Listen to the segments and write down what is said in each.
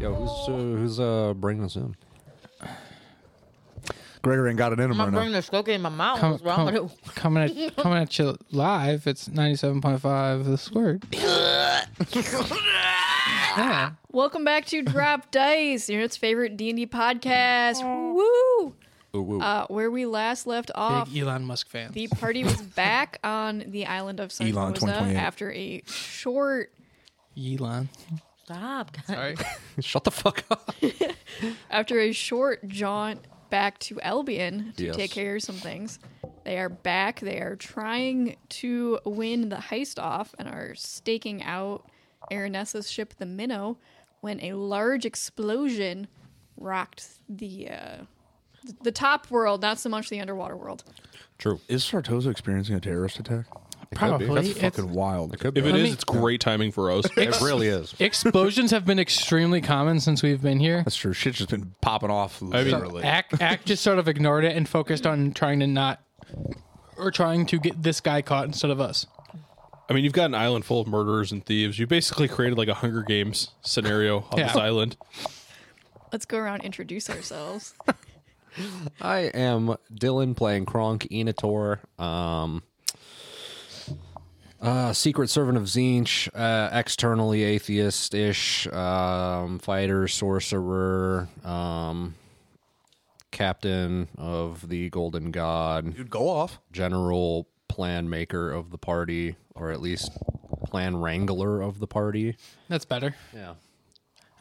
Yo, who's uh, who's uh bringing us in? Gregor ain't got it in him I'm right gonna bring now. the skokie in my mouth. Com- What's wrong com- with it? coming at coming at you live. It's ninety seven point five. The squirt. yeah. Welcome back to Drop Dice, your internet's favorite D and D podcast. Woo! Ooh, woo. Uh, where we last left off, Big E. Elon Musk fan. the party was back on the island of Elon Sarkoza 2028. after a short. Elon. Stop. God. Sorry. Shut the fuck up. after a short jaunt back to Albion to Yes. take care of some things. They are back. They are trying to win the heist off and are staking out Aranessa's ship, the Minnow, when a large explosion rocked the uh, th- the top world, not so much the underwater world. True. Is Sartosa experiencing a terrorist attack? Probably. That's That's It's- fucking wild. Could If be. it Let is, me- it's great timing for us. it really is. explosions have been extremely common since we've been here. That's true. Shit's just been popping off literally. Act Act just sort of ignored it and focused on trying to not or trying to get this guy caught instead of us. I mean, you've got an island full of murderers and thieves. You basically created like a Hunger Games scenario on this Yeah. island. Let's go around and introduce ourselves. I am Dylan playing Kronk, Enator, um, uh, secret servant of Zinch, uh, externally atheist ish, um, fighter, sorcerer, um, captain of the Golden God, Dude, go off. general plan maker of the party, or at least plan wrangler of the party. That's better. Yeah.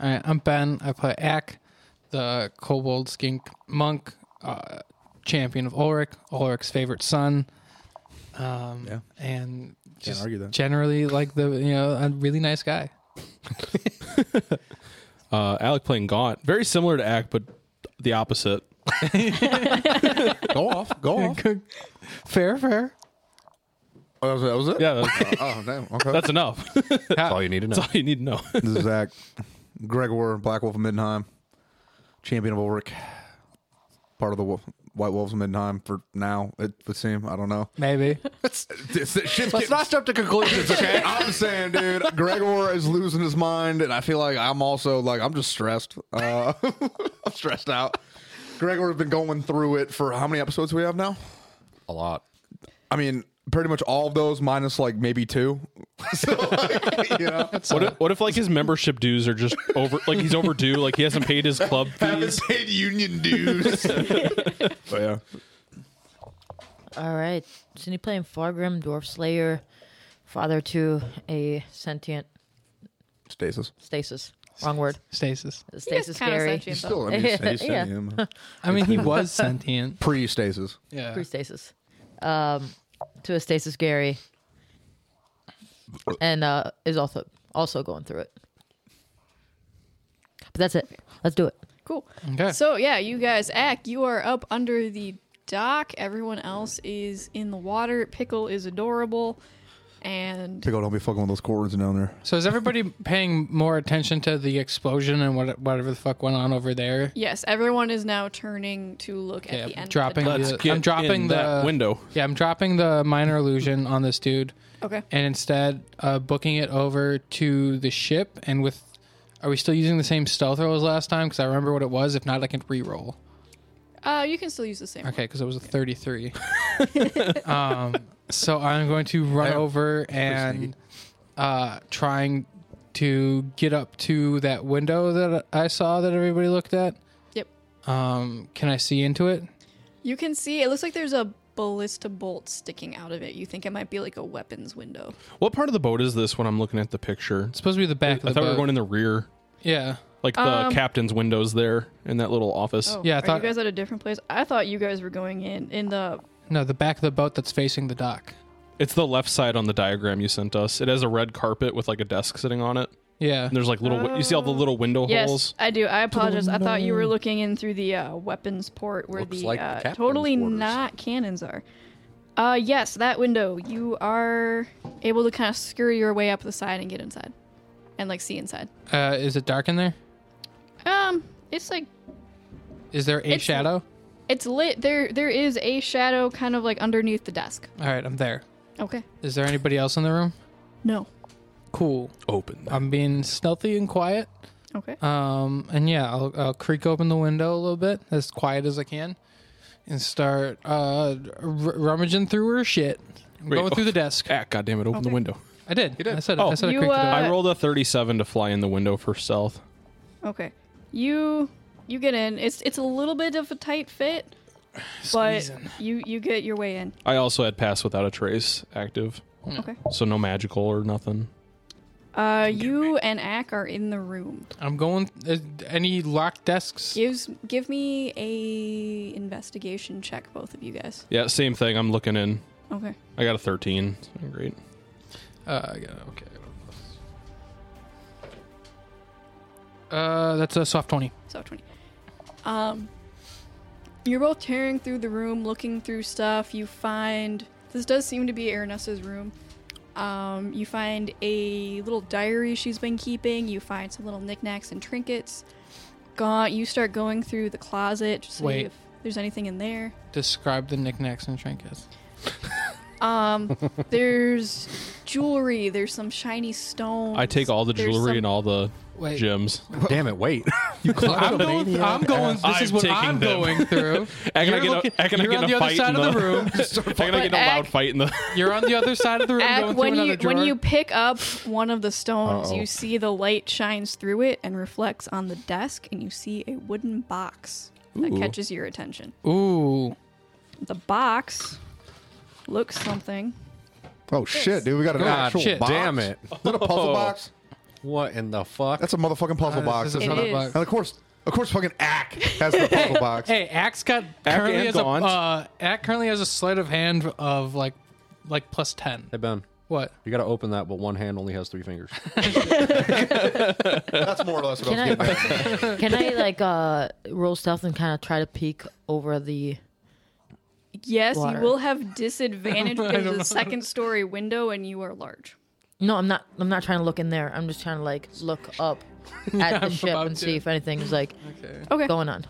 All right, I'm Ben. I play Ack, the kobold skink monk, uh, champion of Ulrich, Ulrich's favorite son. Um, Yeah. And just argue that. generally, like the you know, a really nice guy. Uh, Alec playing Gaunt, very similar to Act, but the opposite. Go off. Go off. fair, fair. Oh, that was, that was it? Yeah, that's, Oh, damn. Okay. that's enough. that's That's all you need to know. all you need to know. this is Zach. Gregor, Black Wolf of Middenheim, champion of Ulrich, part of the Wolf, White Wolves of Middenheim for now, it would seem. I don't know. Maybe. This- this shit's Let's getting- not jump to conclusions, okay? I'm saying, dude, Gregor is losing his mind, and I feel like I'm also like I'm just stressed. Uh, I'm stressed out. Gregor's been going through it for how many episodes we have now? a lot. I mean, pretty much all of those minus like maybe two. So, like, you know, What if, what if like his membership dues are just over? Like he's overdue. Like he hasn't paid his club fees. haven't paid union dues. but Oh, yeah, All right. Cindy playing Fargrim, Dwarf Slayer, father to a sentient stasis. stasis. Wrong word. Stasis. Stasis kinda Gary. sentient, though. Still, I mean, stasis. Yeah. yeah. I mean, he was sentient. Pre-stasis. Yeah. Pre-stasis. Um, to a stasis Gary. And uh, is also also going through it. But that's it. Let's do it. Cool. Okay. So yeah, you guys, Ack, you are up under the dock. Everyone else is in the water. Pickle is adorable, and Pickle, don't be fucking with those cords down there. So is everybody paying more attention to the explosion and what whatever the fuck went on over there? yes, everyone is now turning to look Yeah, at the end. dropping Of the the, I'm dropping in the that window. Yeah, I'm dropping the minor illusion on this dude. dock. Okay. and instead uh, booking it over to the ship. And with, are we still using the same stealth roll as last time? Because I remember what it was. If not, I can re-roll. Uh, you can still use the same. Okay, because it was a thirty-three. um, so I'm going to run Damn. over and uh, trying to get up to that window that I saw that everybody looked at. Yep. Um, can I see into it? You can see it looks like there's a ballista bolt sticking out of it. You think it might be like a weapons window. What part of the boat is this? When I'm looking at the picture, It's Um, supposed to be the back of the I thought we were boat. going in the rear, yeah. like the captain's windows there in that little office. Oh, Yeah, I are thought- you guys at a different place? I thought you guys were going in in the. No, the back of the boat that's facing the dock. It's the left side on the diagram you sent us. It has a red carpet with like a desk sitting on it. Yeah. And there's like little, wi- you see all the little window Oh. Yes, holes? I do. I apologize. I thought you were looking in through the uh, weapons port where Looks the, like the uh, captain's totally quarters. not cannons are. Uh, yes, that window. You are able to kind of scurry your way up the side and get inside, and like see inside. Uh, is it dark in there? Um, it's like Is there a It's- shadow? it's lit. There, there is a shadow kind of like underneath the desk. All right, I'm there. Okay. Is there anybody else in the room? No. Cool. Open. I'm being stealthy and quiet. Okay. Um, and yeah, I'll, I'll creak open the window a little bit, as quiet as I can, and start uh, r- rummaging through her shit. Wait, going through oh. the desk. Ah, goddamn it! Open the window. I did. did. I said. Oh. I said. You, I creaked it uh, open. I rolled a 37 to fly in the window for stealth. Okay. You you get in. It's it's a little bit of a tight fit, but Squeezing. you you get your way in. I also had pass without a trace active, Okay. so no magical or nothing. Uh, you and Ack are in the room. I'm going. Uh, any locked desks? Gives give me a investigation check, both of you guys. Yeah, same thing. I'm looking in. Okay. I got a 13. Great. Uh, I got it, okay. Uh, that's a soft twenty. So twenty. Um, you're both tearing through the room, looking through stuff. You find this does seem to be Aranessa's room. Um, you find a little diary she's been keeping. You find some little knickknacks and trinkets. Gaunt, you start going through the closet to see Wait. if there's anything in there. Describe the knickknacks and trinkets. Um, there's jewelry. There's some shiny stones. I take all the There's jewelry some- and all the Wait. gems. Damn it! Wait. I'm going. I'm going. This I'm is what taking I'm them. going through. I you're get a- looking- I can I you're get on a the other fight side in of the the- room. I'm gonna get in a Ack- loud fight in the. You're on the other side of the room. Ack, going when through you another drawer. when you pick up one of the stones, Uh-oh. you see the light shines through it and reflects on the desk, and you see a wooden box that Ooh. catches your attention. Ooh. The box looks something. Oh shit, dude, we got an God, actual shit, box. damn it. Is that a puzzle box? What in the fuck? That's a motherfucking puzzle box. This is It another is. box. And of course, of course, fucking Ack has the puzzle box. Hey, Axe got Ack currently and has a Gaunt. uh, Ack currently has a sleight of hand of like like plus ten. hey Ben, What? you got to open that, but one hand only has three fingers. That's more or less what Can I was getting at. I can I like uh roll stealth and kind of try to peek over the? Yes, Water. you will have disadvantage because of the second story window, and you are large. No, I'm not. I'm not trying to look in there. I'm just trying to like look up at the I'm ship about and to. see if anything's like Okay. going on.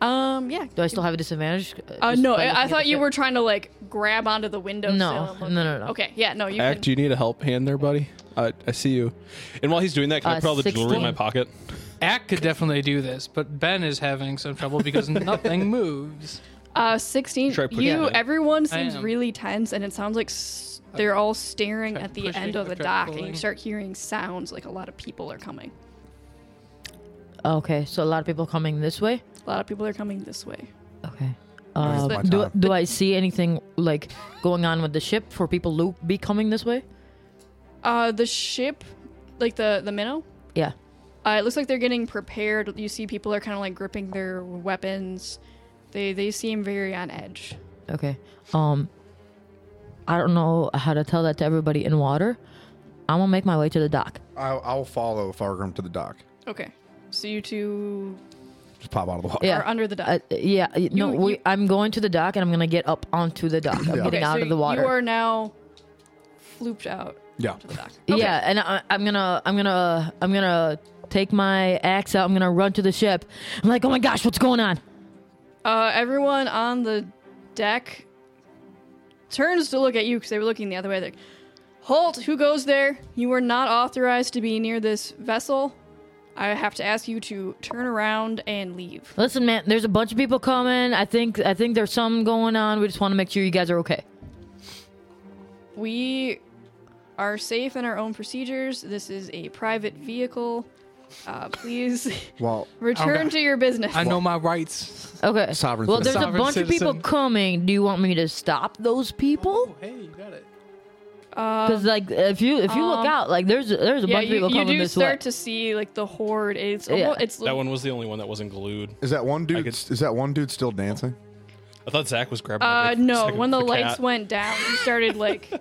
Um. Yeah. Do I still have a disadvantage? Uh, just no, by looking I, I at thought the you ship? were trying to like grab onto the window. No, no, no, no. Okay. Yeah. No. You Ack, do can. you need a help hand there, buddy? I, I see you. And while he's doing that, can I Uh, put all the jewelry 16. in my pocket? Ack could definitely do this, but Ben is having some trouble because nothing moves. Uh, sixteen. Try pushing You. it. Everyone seems am. Oh. really tense, and it sounds like s- they're all staring Try at the pushing, end of the try dock, and pulling. you start hearing sounds like a lot of people are coming. Oh, Okay, so a lot of people coming this way. A lot of people are coming this way. Okay. This is Uh, my do, time. do I see anything like going on with the ship for people to be coming this way? Uh, the ship, like the the minnow. Yeah. Uh, it looks like they're getting prepared. You see, people are kind of like gripping their weapons. They they seem very on edge. Okay. Um, I don't know how to tell that to everybody in water. I'm gonna make my way to the dock. I'll, I'll follow Fargrim to the dock. Okay. So you two Just pop out of the water. Yeah. are under the dock. Uh, yeah. y- No, You- we, you- I'm going to the dock and I'm gonna get up onto the dock. I'm Yeah. getting Okay, out so of the You water. are now flooped out Yeah. to the dock. Yeah, and I, I'm gonna, I'm gonna, I'm gonna take my axe out. I'm gonna run to the ship. I'm like, oh my gosh, what's going on? Uh, everyone on the deck turns to look at you because they were looking the other way. They're Like, Holt, who goes there? You are not authorized to be near this vessel. I have to ask you to turn around and leave. Listen, man, there's a bunch of people coming. I think, I think there's something going on. We just want to make sure you guys are okay. We are safe in our own procedures. This is a private vehicle. Uh, please Well, return Okay. to your business. I know my rights. Okay. Sovereign Well, there's citizen. Sovereign a bunch of citizen. people coming. Do you want me to stop those people? hey, you got it. Because like, if you if you look Uh, Um, out, like there's there's a Yeah, bunch of you, people you coming do this start way. to see like the horde. It's Yeah. almo- it's That one was the only one that wasn't glued. is that one dude? could- Is that one dude still dancing? I thought Zach was grabbing. my Uh, dick for a no. second When the with lights cat. went down, you started like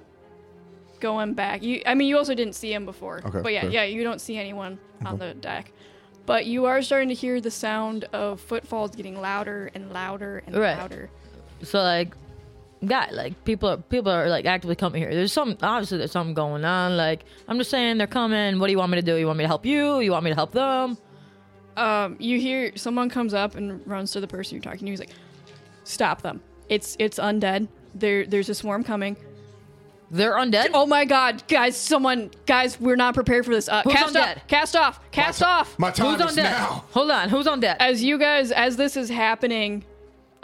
going back. You, I mean, you also didn't see him before. Okay, but yeah, fair. yeah, you don't see anyone on the deck, but you are starting to hear the sound of footfalls getting louder and louder and Right. louder. so like, God, like people are people are like actively coming here. There's some obviously there's something going on. Like I'm just saying they're coming. What do you want me to do? You want me to help you? You want me to help them? Um, you hear someone comes up and runs to the person you're talking to. He's like, "Stop them! It's it's undead. There there's a swarm coming. They're undead. Oh my god, guys, someone, guys, we're not prepared for this. Uh, Who's cast on off, deck? cast off, cast off. My time Who's on is deck? now. Hold on. Who's on deck? as you guys, as this is happening,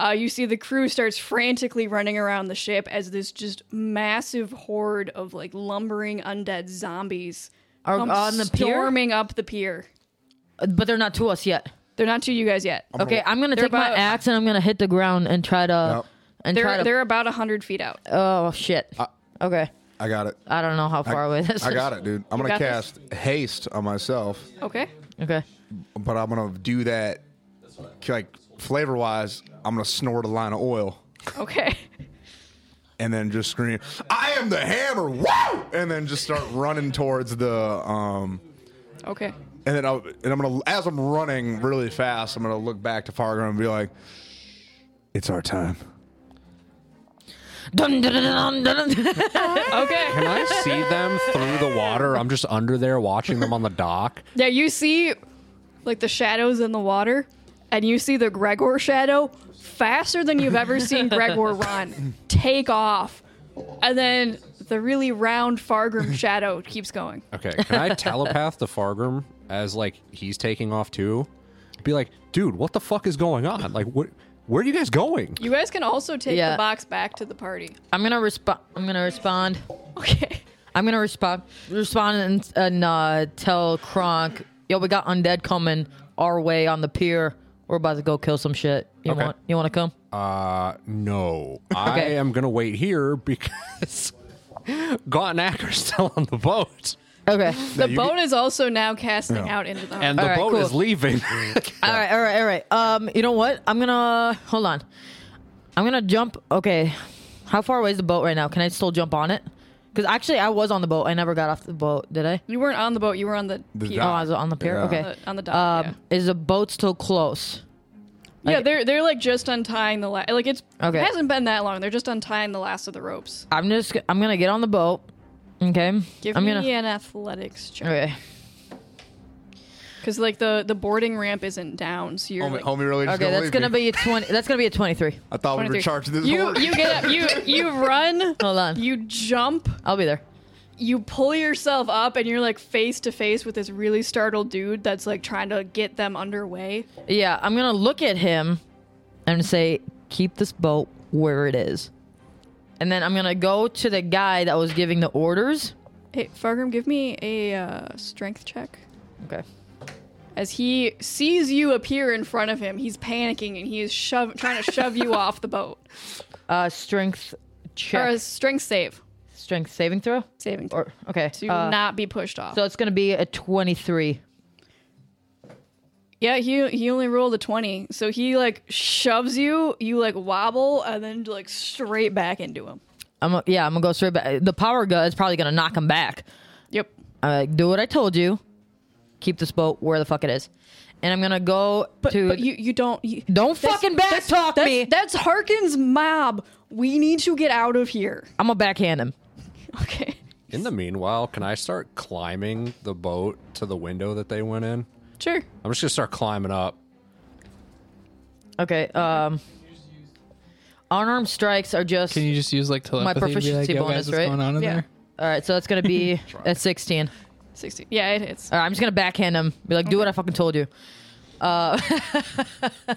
uh, you see the crew starts frantically running around the ship as this just massive horde of like lumbering undead zombies Are come Oh, on the pier? storming up the pier. but they're not to us yet. They're not to you guys yet. Okay, I'm gonna They're take my about- axe and I'm gonna hit the ground and try to Yep. and try They're to. they're about hundred feet out. oh shit. okay, I got it. I don't know how I, far away this I is. got it, dude. I'm got gonna this? cast haste on myself, Okay. Okay. but I'm gonna do that like flavor wise. I'm gonna snort a line of oil Okay. and then just scream, "I am the hammer!" Woo! And then just start running towards the um. Okay. And then I'll, and I'm gonna as I'm running really fast, I'm gonna look back to Fargo and be like, "It's our time." Dun, dun, dun, dun, dun, dun. Okay. Can I see them through the water? I'm just under there watching them on the dock. Yeah, you see like the shadows in the water, and you see the Gregor shadow faster than you've ever seen Gregor run. Take off. And then the really round Fargrim shadow keeps going. Okay, can I telepath to Fargrim as like he's taking off too? Be like, dude, what the fuck is going on? Like, what? Where are you guys going? You guys can also take Yeah. the box back to the party. I'm gonna respond. I'm gonna respond. Uh, Okay. I'm gonna respond. Respond and, and uh, tell Kronk, yo, we got undead coming our way on the pier. We're about to go kill some shit. You Okay. want? You want to come? Uh, no, I Okay. am gonna wait here because Gaunt and Ack are still on the boat, Okay. The boat is also now casting out into the and the All right, boat cool. is leaving. All right, all right, all right. Um, you know what? I'm gonna hold on. I'm gonna jump. Okay, how far away is the boat right now? Can I still jump on it? Because actually, I was on the boat. I never got off the boat. Did I? You weren't on the boat, you were on the, The pier. Oh, I was on the pier. Yeah. Okay. on the, on the dock. Um, is the boat still close? yeah. yeah, like- they're they're like just untying the la- like it's Okay. it hasn't been that long. They're just untying the last of the ropes. I'm just. I'm gonna get on the boat. Okay. Give I'm me gonna. an athletics check. Okay. Because like the the boarding ramp isn't down, so you're Homie, like, homie really just Okay. gonna That's leave gonna me. be a twenty. That's gonna be a twenty-three. I thought we were 23. charging this. you horse. you get up, you you run, Hold on. you jump, I'll be there. you pull yourself up, and you're like face to face with this really startled dude that's like trying to get them underway. Yeah. I'm gonna look at him, and say, "Keep this boat where it is." And then I'm gonna go to the guy that was giving the orders. Hey Fargrim, give me a uh, strength check. Okay. As he sees you appear in front of him, he's panicking and he is shove, trying to shove you off the boat. Uh, strength check. Or a strength save, strength saving throw. saving throw, Or okay. to uh, not be pushed off. so it's gonna be a twenty-three. Yeah, he he only rolled a twenty, so he like shoves you, you like wobble, and then like straight back into him. I'm a, yeah. I'm gonna go straight back. The power gun is probably gonna knock him back. Yep. I'm like, do what I told you. Keep this boat where the fuck it is, and I'm gonna go But, to. but you you don't you, don't fucking back that's- talk that's, me. That's Harkin's mob. We need to get out of here. I'm gonna backhand him. Okay. in the meanwhile, can I start climbing the boat to the window that they went in? Sure. I'm just gonna start climbing up. Okay. Um. Unarmed strikes are just. Can you just use like telepathy? and proficiency be like, Yo, bonus, guys, what's right? going on in Yeah. there? all right, so that's gonna be at 16. Sixteen. Yeah, it hits. All right, I'm just gonna backhand him. Be like, do what I fucking told you. Uh,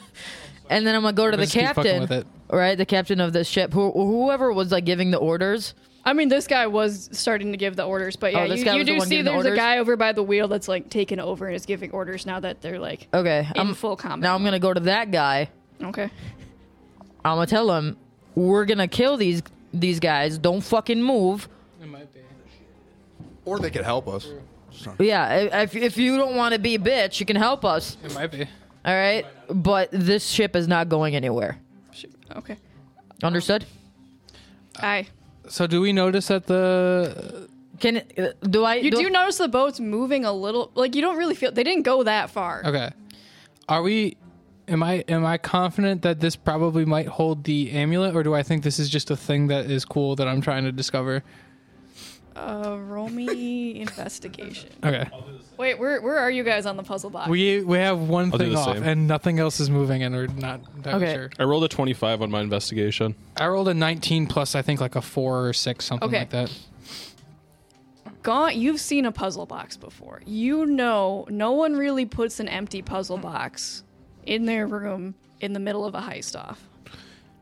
and then I'm gonna go to the just keep fucking captain, with it. right? The captain of the ship, who, whoever was like giving the orders. I mean, this guy was starting to give the orders, but yeah, Oh, this you, guy you was the do one see giving the there's a orders? guy over by the wheel that's like taking over and is giving orders now that they're like Okay, in I'm full combat. now I'm gonna go to that guy. okay. I'm gonna tell him we're gonna kill these these guys. Don't fucking move. It might be. or they could help us. Yeah, i- if if you don't want to be a bitch, you can help us. It might be. All right, but this ship is not going anywhere. Sure. Okay. Understood? Aye. So do we notice that the Can uh, do I? You do notice the boat's moving a little. Like you don't really feel. They didn't go that far. okay? Are we? Am I am I confident that this probably might hold the amulet, or do I think this is just a thing that is cool that I'm trying to discover? Uh, roll me investigation. Okay. Wait, where where are you guys on the puzzle box? We we have one I'll do thing the off same. and nothing else is moving and we're not that Okay. sure. I rolled a 25 on my investigation. I rolled a 19 plus I think like a 4 or 6 something Okay. like that. Gaunt, you've seen a puzzle box before. You know, no one really puts an empty puzzle box in their room in the middle of a heist off.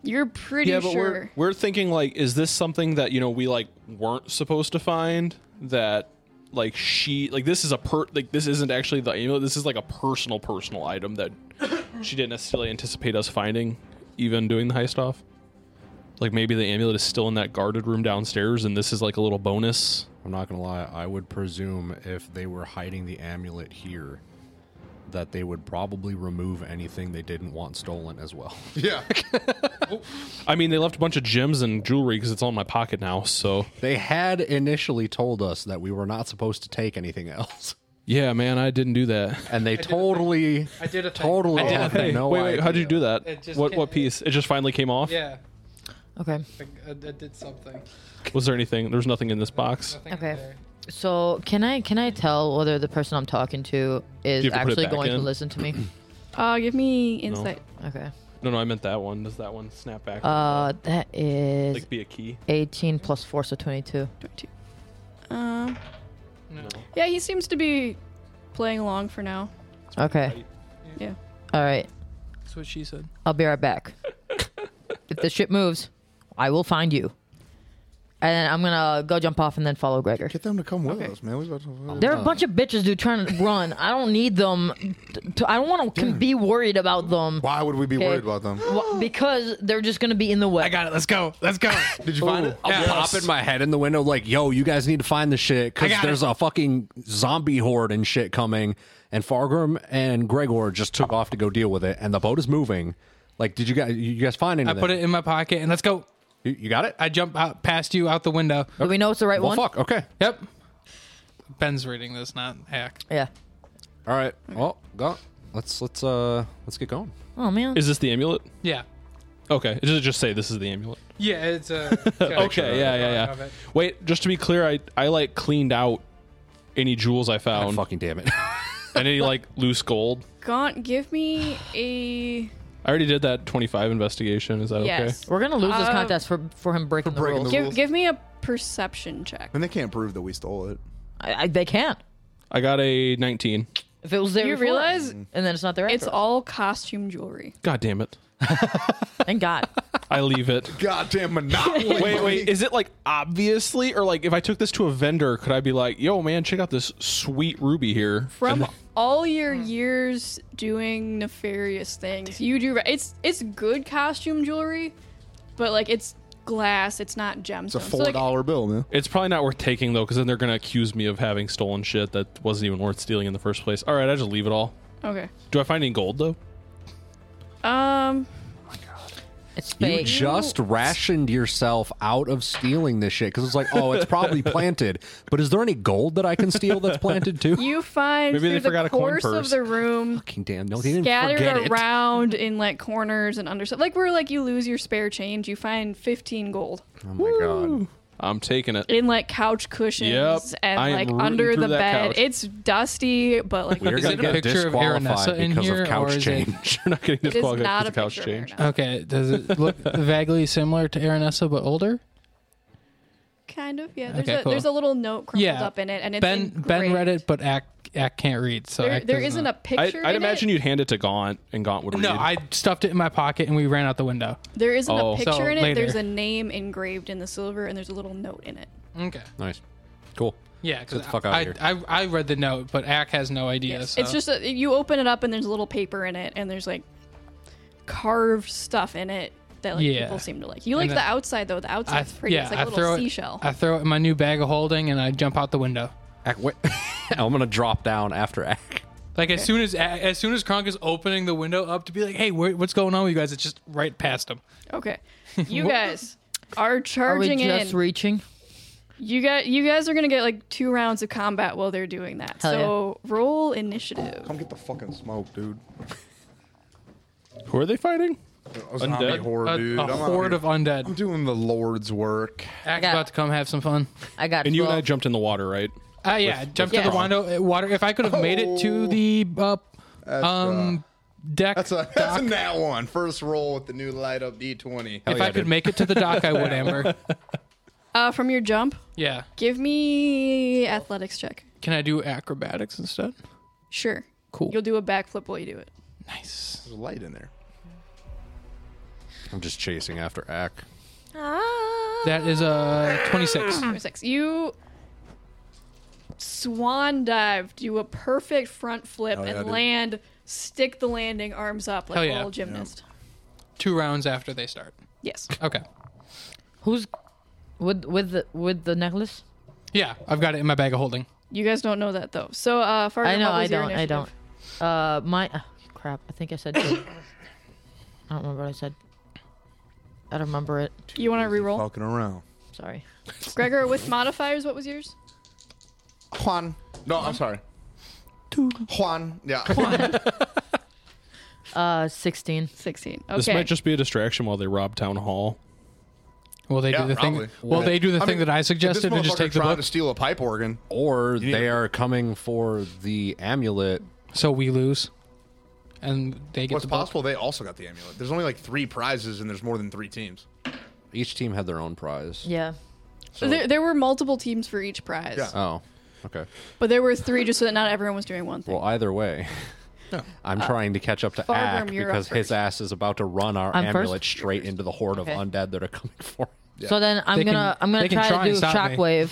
You're pretty yeah, but sure. we're we're thinking like, is this something that you know we like weren't supposed to find? That like she like this is a per like this isn't actually the you know this is like a personal personal item that she didn't necessarily anticipate us finding, even doing the heist off. Like maybe the amulet is still in that guarded room downstairs, and this is like a little bonus. I'm not gonna lie. I would presume if they were hiding the amulet here, that they would probably remove anything they didn't want stolen as well. Yeah. I mean, they left a bunch of gems and jewelry because it's all in my pocket now. So They had initially told us that we were not supposed to take anything else, yeah, man, I didn't do that. and they totally, I did a thing. totally I did a have thing. no wait, wait, how'd idea. you do that? It just What came- what piece? It just finally came off. Yeah. Okay. I, did something. Was there anything? There's nothing in this box. Okay. So can I can I tell whether the person I'm talking to is You have to put it actually back going to in. listen to me? uh, give me insight. Okay. No, no, I meant that one. Does that one snap back? Uh, that is like be a key. 18 plus four, so 22. 22. Um, yeah, he seems to be playing along for now. Okay. Yeah. All right. That's what she said. I'll be right back. if the ship moves, I will find you. And I'm gonna go jump off and then follow Gregor. Get them to come with us, man. We about to. They're a bunch of bitches, dude, trying to run. I don't need them. To, I don't want to be worried about them Why would we be Okay. worried about them? wh- because they're just gonna be in the way. I got it. Let's go. Let's go. Did you find it? I'm popping my head in the window, like, yo, you guys need to find the shit I because got there's a fucking zombie horde and shit coming. And Fargrim and Gregor just took off to go deal with it, and the boat is moving. Like, did you guys you guys find I anything? put it in my pocket and let's go. You, you got it? I jump out past you out the window. Do we know it's the right well, one? fuck. Okay. Yep. Ben's reading this, not Hack. Yeah. All right. Well, go. Let's let's uh let's get going. Oh man. Is this the amulet? Yeah. Okay, it does just say this is the amulet. Yeah, it's a Okay, yeah, yeah, yeah. Wait, just to be clear, I I like cleaned out any jewels I Oh, found fucking damn it. and any like loose gold. Gaunt, give me a I already did that 25 investigation. Is that yes. We're gonna lose this Uh, contest for for him breaking, breaking the the rules. Give give me a perception check. And they can't prove that we stole it. I, I, they can't. okay? I got a 19. If it was there, You before, realize and then it's not there. It's after. all costume jewelry. God damn it! Thank God. I leave it. Goddamn monopoly. Wait, wait. Is it like obviously, or like if I took this to a vendor, could I be like, "Yo, man, check out this sweet ruby here"? From And- all your Mm. years doing nefarious things, you do. re- It's it's good costume jewelry, but like it's glass. It's not gemstones. It's a So, four like, dollar bill, man. It's probably not worth taking though, because then they're gonna accuse me of having stolen shit that wasn't even worth stealing in the first place. All right, I just leave it all. okay. Do I find any gold though? Um. It's You fake. just rationed yourself out of stealing this shit because it's like, oh, it's probably planted. But is there any gold that I can steal that's planted too? You find Maybe they through forgot the a coin course purse. of the room Fucking damn! No, they didn't forget scattered it. around in like corners and under like where like you lose your spare change, you find fifteen gold Oh my god. I'm taking it. in like couch cushions Yep. and I am like rooting under through the that bed. couch. It's dusty, but like We're Is gonna it a get picture of disqualified Aranessa in because here, of or couch is it- change. You're not getting it is disqualified not because a of couch couch change. Okay. Does it look vaguely similar to Aranessa but older? Kind of, yeah. There's Okay, a cool. there's a little note crumpled Yeah. up in it, and it's ben in Ben gray. read it, but Ack Ack can't read. So There, Ack there doesn't isn't know. a I, picture. I'd in imagine it. you'd hand it to Gaunt, and Gaunt would read. No, I stuffed it in my pocket and we ran out the window. There isn't Oh. a picture So, in it. later. There's a name engraved in the silver, and there's a little note in it. Okay. Nice. Cool. Yeah, because the fuck outta I, here. I, I read the note, but Ack has no idea. Yes. so- It's just a, you open it up, and there's a little paper in it, and there's like carved stuff in it that like Yeah. people seem to like. You like then- the outside though. The I, outside's pretty. yeah, it's like a I little throw seashell. It, I throw it in my new bag of holding and I jump out the window. Ack, wait. I'm gonna drop down after Ack. Like as soon as Ack- as soon as Kronk is opening the window up to be like, hey, where, what's going on with you guys? It's just right past him. okay, you guys are Are we charging just in. reaching? you got you guys are gonna get like two rounds of combat while they're doing that. Hell yeah. so roll initiative. Come get the fucking smoke, dude. Who are they fighting? A zombie Undead? horde, A, dude. a I'm out horde here. of undead. I'm doing the Lord's work. Ac's got- about to come have some fun. I got. And you and I 12. jumped in the water, right? Ah, yeah, jump Yeah. to the wando, uh, water. If I could have made it to the uh, um deck, Oh. That's a dock, uh, that's a nat one. First roll with the new light up D20. if I could make it to the dock, I would, Amber. Uh, from your jump, Yeah. give me athletics check. Can I do acrobatics instead? Sure. Cool. You'll do a backflip while you do it. Nice. There's a light in there. I'm just chasing after Ack. That is a twenty-six. Number six. You swan dive, do a perfect front flip, Hell Oh, yeah, and dude. land, stick the landing, arms up like Hell a yeah. little gymnast. Two rounds after they start. Yes. Okay. Who's with with the with the necklace? Yeah, I've got it in my bag of holding. You guys don't know that though. So uh, Fargo, I know. what I was your don't. I initiative? don't. Uh, my oh, crap. I think I said. two. I don't remember what I said. I don't remember it. You want to reroll, Talking around. Sorry. Gregor? With modifiers, what was yours? Juan. No, I'm sorry. Juan. Yeah. Uh, sixteen. Sixteen. This Okay. might just be a distraction while they rob town hall. Will they Yeah, do the probably. thing? Will Yeah. they do the I thing mean, that I This suggested and just motherfucker take the trying book? to steal a pipe organ. Or need they a- are coming for the amulet. So we lose, and they get What's the book. possible? They also got the amulet. There's only like three prizes, and there's more than three teams. Each team had their own prize. Yeah. there, there were multiple teams for each prize, Yeah. Oh, okay. but there were three just so that not everyone was doing one thing. Well, either way, I'm trying to catch up to Fargrim, Ack you're up because his first. ass is about to run our I'm amulet first? straight into the horde Okay. of undead that are coming for. him. So then I'm They can- gonna I'm gonna they can try, try to and do stop me. shockwave,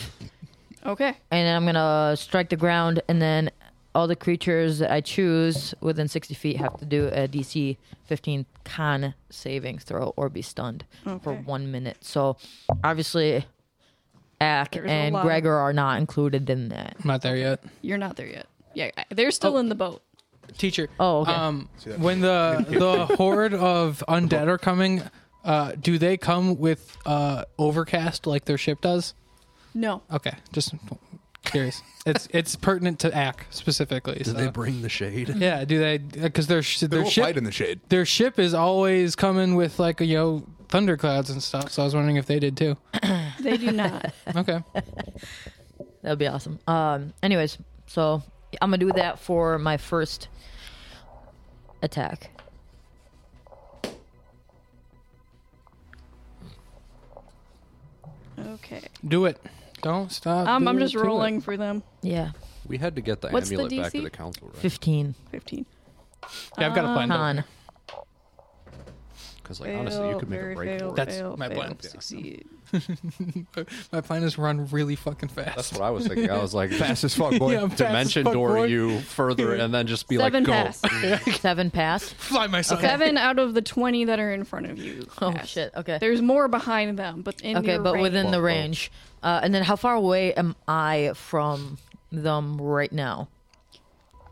Okay. and then I'm gonna strike the ground, and then all the creatures that I choose within 60 feet have to do a DC 15 con saving throw or be stunned for Okay. one minute. So obviously, Ack There's a and lot. Gregor are not included in that. I'm not there yet. You're not there yet. Yeah, they're still in the boat. Teacher. Oh, okay. Um, when the the horde of undead are coming, uh, do they come with uh overcast like their ship does? No. Okay, just curious. it's it's pertinent to Ack specifically. So. bring the shade? yeah, do they? Because their sh- They their will ship fight in the shade. their ship is always coming with like you know thunderclouds and stuff. So I was wondering if they did too. They do not. Okay. That'd be awesome. Um. Anyways, so I'm gonna do that for my first attack. okay. Do it. Don't stop. Um, I'm Do just it, do it. rolling for them. Yeah, We had to get the What's the amulet back to DC? the council, right? 15 15. Yeah, I've got a plan. don't worry. con. Because like honestly, you Fail, could make very a break fail, for it. That's fail, my fail, plan. Succeed. My plan is run really fucking fast. That's what I was thinking. I was like, Fast as fuck, boy. Yeah, I'm fast as dimension fuck, door boy. you further, and then just be Seven like, go. pass. Seven pass. Fly myself. Seven out of the 20 that are in front of you. Oh pass. shit. Okay. There's more behind them, but in okay, your but range. within the Well, well. range. Uh, and then how far away am I from them right now?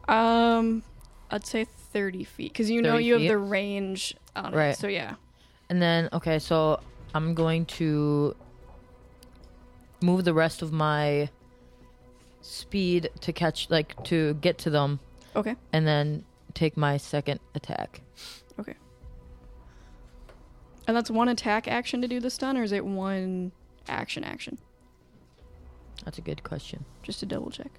Um, I'd say 30 feet because you know 30 you feet? have the range on Right. it. So yeah. And then okay, so I'm going to move the rest of my speed to catch like to get to them Okay. and then take my second attack. Okay. And that's one attack action to do the stun, or is it one action action? That's a good question. Just to double check.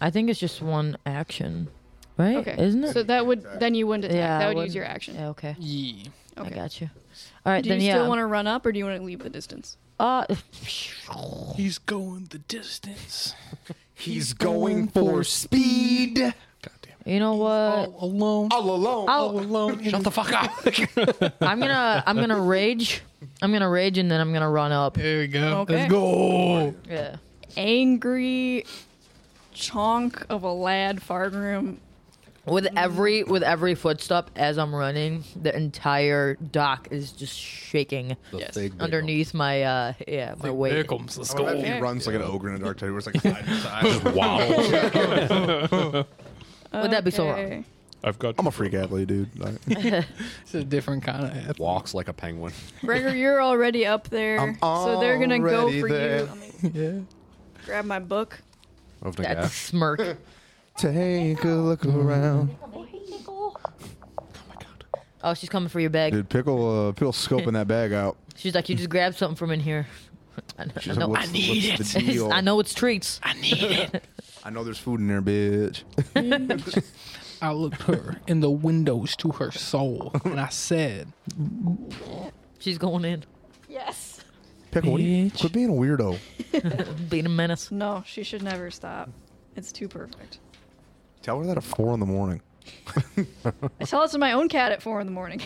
I think it's just one action, right? Okay. Isn't it? So that would then you wouldn't attack. Yeah, that I would wouldn't- use your action. Yeah, okay. Yeah. I Okay. got you. All right, Do then you yeah. still want to run up, or do you want to leave the distance? uh He's going the distance. He's going for speed. God damn it. you know what? All alone. All alone. Oh, All Oh, alone. Shut the fuck up. I'm gonna I'm gonna rage. I'm gonna rage and then I'm gonna run up. There we go. Okay. Let's go. Yeah. Angry chonk of a lad Fargrim With every with every footstep as I'm running, the entire dock is just shaking The Yes. thing that- underneath my uh yeah my Here weight. comes. Let's I mean, go. he Okay. runs like an ogre in a dark teddy bear. It's like side to side. Wow. Would that be so uh, wrong? Okay. I've got I'm a freak athlete, dude. Like, It's a different kind of app. Walks like a penguin. Gregor, you're already up there, I'm so they're gonna go already for there. you. Let me Yeah. grab my book. Of the That gas. smirk. Take a look around. Oh, she's coming for your bag. Dude, pickle, uh, pickle scoping that bag out. She's like, you just grabbed something from in here. I know, She's I, like, know what's, what's the deal? I know it's treats. I know there's food in there, bitch. I looked her in the windows to her soul, and I said, She's going in, Yes. Pickle, what are you, Bitch. quit being a weirdo. being a menace. No, she should never stop. It's too perfect. Tell her that at four in the morning. I tell it to my own cat at four in the morning.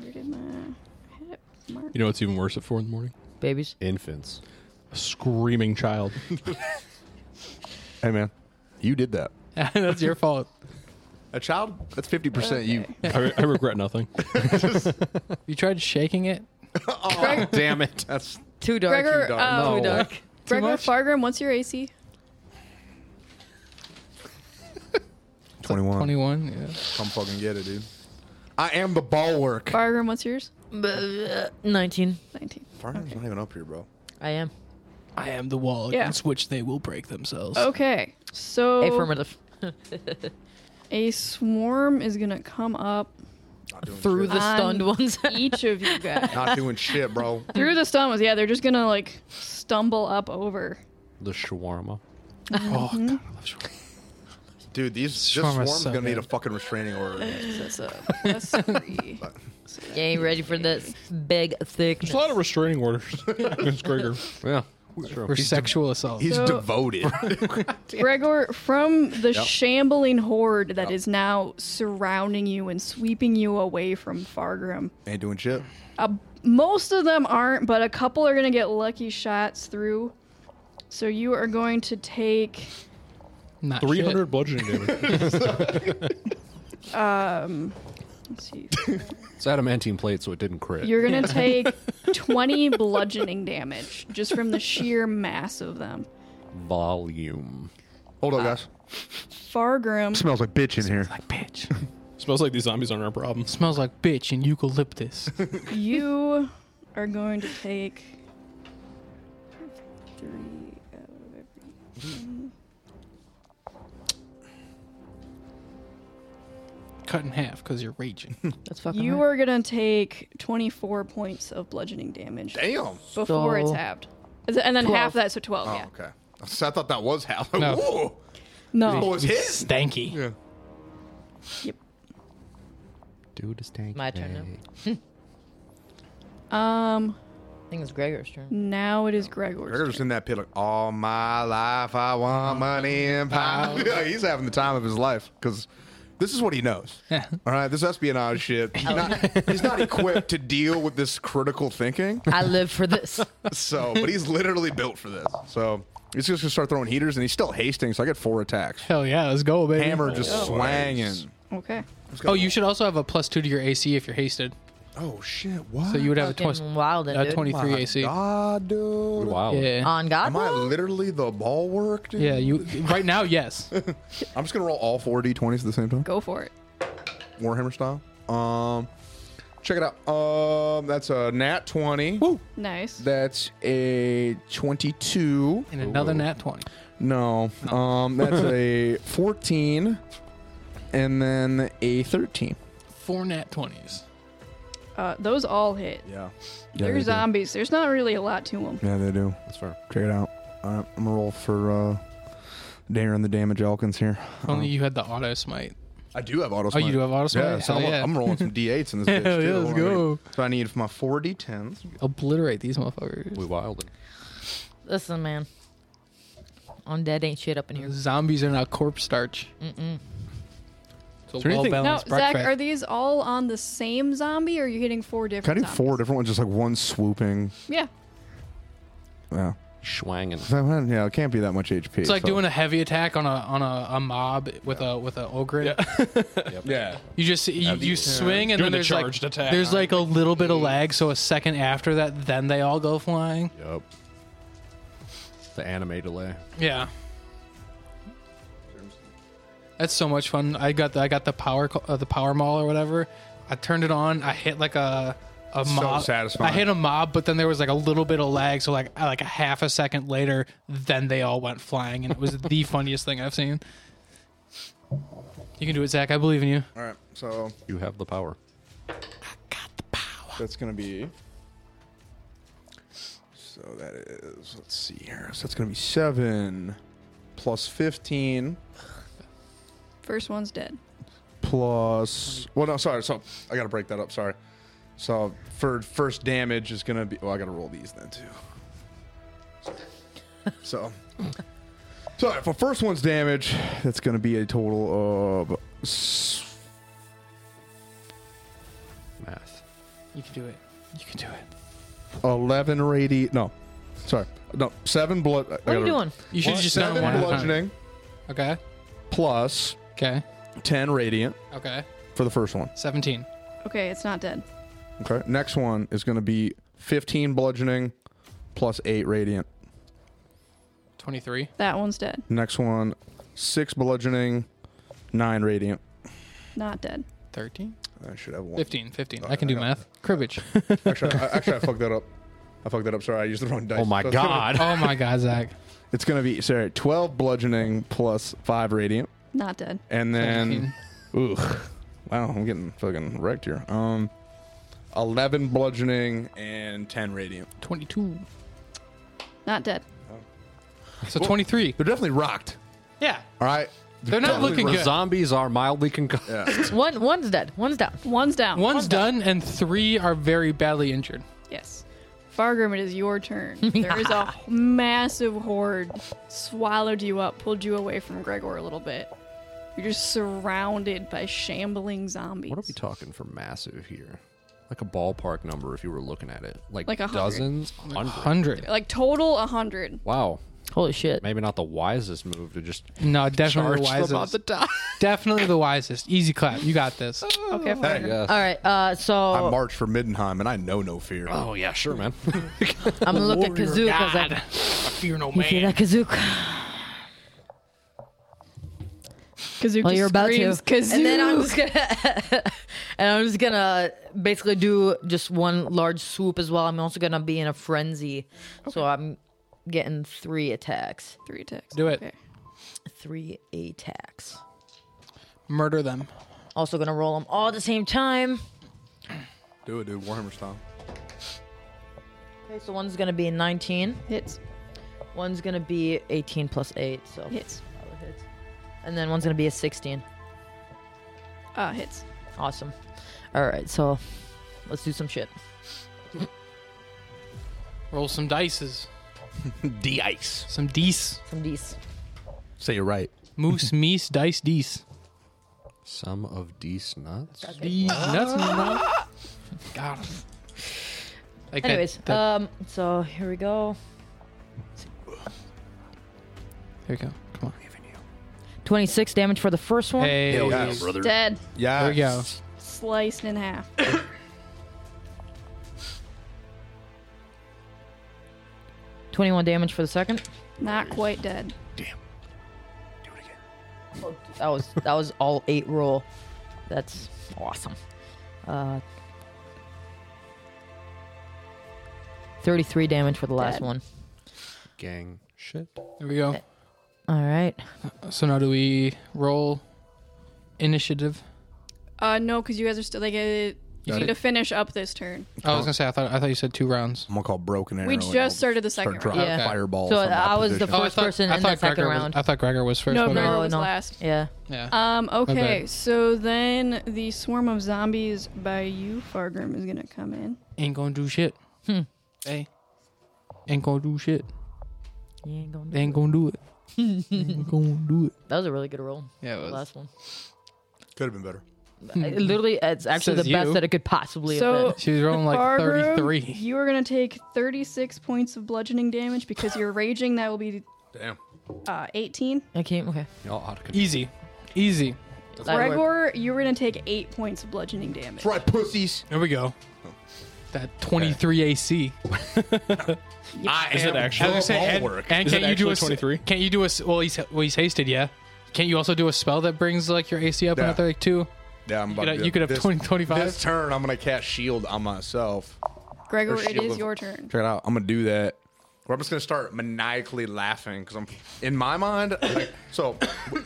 Where did my- I had it marked. You know what's even worse at four in the morning? Babies. Infants. A screaming child. Hey, man, you did that. "That's your fault." A child? That's 50% you. Okay. I, re- I regret nothing. You tried shaking it. Damn it. That's Too dark. Gregor, dark. um, No. dark. Gregor much? Fargrim, what's your AC? 21. Twenty-one. Yeah. Come fucking get it, dude. I am the ball work. Fargrim, what's yours? Nineteen. 19. Farnham's not even up here, bro. I am. I am the wall Yeah. against which they will break themselves. Okay, so Affirmative. a swarm is going to come up Not doing Through shit. the stunned On ones. each of you guys. Not doing shit, bro. Through the stun was, yeah, they're just going to like stumble up over. The shawarma. Oh, God, I love short- Dude, these this Shawarma's swarm's so gonna need a good. fucking restraining order. That's a plus three. So you ain't ready for this big thick. There's a lot of restraining orders against Gregor. Yeah. for sexual assault. He's So- devoted. Gregor, from the shambling horde that is now surrounding you and sweeping you away from Fargrim, Ain't doing shit. a, most of them aren't, but a couple are going to get lucky shots through. So you are going to take Not Three shit. hundred bludgeoning damage. let's see, It's adamantine plate, so it didn't crit. you're going to take 20 bludgeoning damage just from the sheer mass of them. Volume. Hold up, guys. Fargrim, Smells like bitch in here. Like bitch. Um, Smells like these zombies aren't our problem. Smells like bitch and eucalyptus. you are going to take three out of every Cut in half because you're raging. That's fucking. You right. are gonna take 24 points of bludgeoning damage Damn. before it's So- halved, Is it- and then 12. half that, so 12. Oh, yeah. okay. So I thought that was how. No. Whoa. Oh, No. Boys hit. Stanky. Yeah. Yep. Dude is tank. My turn now. Um. I think it's Gregor's turn. Now it is Gregor's. Gregor's in that pit like, all my life I want money and power. Yeah, he's having the time of his life because this is what he knows. Yeah. All right, this espionage shit. He's not, he's not equipped to deal with this critical thinking. I live for this. So, but he's literally built for this. So he's just gonna start throwing heaters, and he's still hasting. So I get four attacks. Hell yeah, let's go, baby. Hammer just swanging. Okay. Oh, you should also have a plus two to your AC if you're hasted. Oh shit! What? Oh So you would have a, twen- Fucking wild a dude. 23 AC. God, dude. Wow. Um, Yeah. On God. Am I bro? literally the ball work, dude? Yeah, you right now, yes. Oh, I'm just gonna roll all four d20s at the same time. Go for it. Warhammer style. Um, check it out. Um, that's a nat twenty. Woo. Nice. That's a twenty-two. And another nat 20. No. Um, that's a fourteen, and then a thirteen. Four nat 20s. Uh, those all hit. Yeah. They're zombies. There's not really a lot to them. Yeah, they do. That's fair. Check it out. All right, I'm gonna roll for uh, Darren the Damage Elkins here. If Only you had the auto smite. I do have auto. Oh, you do have auto smite? Yeah, so Hell I'm, yeah. I'm rolling some d8s in this bitch. Hell yeah, too. let's I mean, go. So I need my four d10s. Obliterate these motherfuckers. We wilded. Listen, man. Undead ain't shit up in here. Zombies are not corpse starch. Mm-mm. It's a there well anything- Now, balanced Zach, breakfast. are these all on the same zombie, or are you hitting four different? Cutting four zombies? different ones, just like one swooping. Yeah. Yeah. Schwangin. So, well, yeah, it can't be that much HP. it's like doing a heavy attack on a on a, a mob with a with a ogre. Yeah. You just you, you swing and then Doing the there's charged like attack. there's like a little bit of lag, so a second after that, then they all go flying. Yep. The anime delay. Yeah. That's so much fun. I got the, I got the power co- uh, the power mall or whatever. I turned it on. I hit like a a so mob. satisfying. I hit a mob, but then there was like a little bit of lag. So like uh, like a half a second later, then they all went flying, and it was the funniest thing I've seen. You can do it, Zach. I believe in you. All right, so You have the power. that's gonna be. So that is. Let's see here. So that's gonna be seven, plus fifteen, First one's dead. plus. Well, no, sorry. So I gotta break that up. Sorry. So for first damage is gonna be. Well, I gotta roll these then too. So. So for first one's damage, that's gonna be a total of. s- Math. You can do it. You can do it. 11 radi no sorry no 7 blood What are you doing? You should have just 7 done it one at a time. bludgeoning Okay. plus Okay. 10 radiant Okay. for the first one Seventeen. Okay, it's not dead. okay next one is going to be 15 bludgeoning plus 8 radiant Twenty-three. That one's dead. next one 6 bludgeoning 9 radiant Not dead. Thirteen. i should have one Fifteen. Fifteen. Oh, I can I do got math. Cribbage. actually I, actually I fucked that up i fucked that up sorry i used the wrong dice Oh my So it's gonna- god. oh my God, Zach. it's going to be sorry 12 bludgeoning plus 5 radiant Not dead. and then 17. Ooh, wow, I'm getting fucking wrecked here. Um, eleven bludgeoning and ten radiant. Twenty-two. Not dead. So twenty-three. They're definitely rocked. Yeah. All right, They're not looking good. Zombies are mildly concussed. One, one's dead. One's down. One's down. One's done, and three are very badly injured. Yes. Fargrim, it is your turn. There is a massive horde swallowed you up, pulled you away from Gregor a little bit. You're just surrounded by shambling zombies. What are we talking for massive here? Like a ballpark number if you were looking at it. Like, Like a hundred. Oh dozens? Hundred. Hundred. like total 100. Wow. Holy shit. Maybe not the wisest move to just No, definitely charge the them on wisest. the top. definitely the wisest. Easy clap. You got this. Okay, fine. All right. Uh, I so marched for Middenheim and I know no fear. Oh, yeah, sure, man. I'm gonna look at Kazoo because I fear no you hear that Kazoo. Kazuki Well, you're about to. screams, Kazoo. And then I'm just gonna, and I'm just gonna basically do just one large swoop as well. I'm also gonna be in a frenzy, so I'm getting three attacks. Three attacks. Do it. Okay. Three attacks. Murder them. Also gonna roll them all at the same time. Do it, dude. Warhammer style. Okay, so one's gonna be a 19. Hits. One's gonna be 18 plus eight. So Hits. probably hits. And then one's gonna be a 16. Uh, hits. Awesome. All right, so let's do some shit. Roll some dices. D ice. Some dice. Some D's. Say you're right. Moose, meese, dice, dice. Some of these nuts. Dice. Nuts. nuts. Ah! God. Like that- Anyways, that- um, so here we go. here we go. Come on. 26 damage for the first one. Hey. yeah, brother. Dead. Yeah. Oh, There we go. Sliced in half. Twenty-one damage for the second. Not quite dead. That was that was all eight roll. That's awesome. Uh, Thirty-three damage for the last Dead. one. Gang shit. There we go. All right. Uh, So now do we roll initiative? Uh, no, because you guys are still like uh, you need to finish up this turn. I was gonna say I thought I thought you said two rounds. I'm gonna call broken arrow. We and just I'll started the second start round. dropping Yeah. fireballs. So, from uh, that I was the position. Oh, first- person in the second Gregor round. Was, I thought Gregor was first. No, wasn't Gregor he? was last. Oh, Yeah. Yeah. Um, okay, bad. so then the swarm of zombies by you, Fargrim, is gonna come in. Uh, Ain't gonna do shit. Hmm. Hey. Ain't gonna do shit. You ain't gonna do They ain't gonna do it. ain't gonna do it. it. That was a really good roll. Yeah, it The was. last one. Could have been better. It literally, it's actually Says the best you. that it could possibly have So been. She was rolling like Fargrim, 33. You are gonna take thirty-six points of bludgeoning damage because you're raging. That will be Damn. uh, eighteen. I came. Okay. Y'all out of control. Easy. Easy. That worked. Gregor, you were gonna take eight points of bludgeoning damage. Right, pussies. There we go. That 23 AC. Is it actually? gonna say, and- And Is it can't you do a actually 23? Can't you do a s- well? He's well, he's hasted, yeah. Can't you also do a spell that brings like your AC up Yeah. another like two? Yeah, I'm about could to have- do you could have this- 20, 25. This turn, I'm gonna cast shield on myself. Gregor, Or it shield is of- your turn. Check it out. I'm gonna do that. where I'm just gonna start maniacally laughing because I'm in my mind. Like, so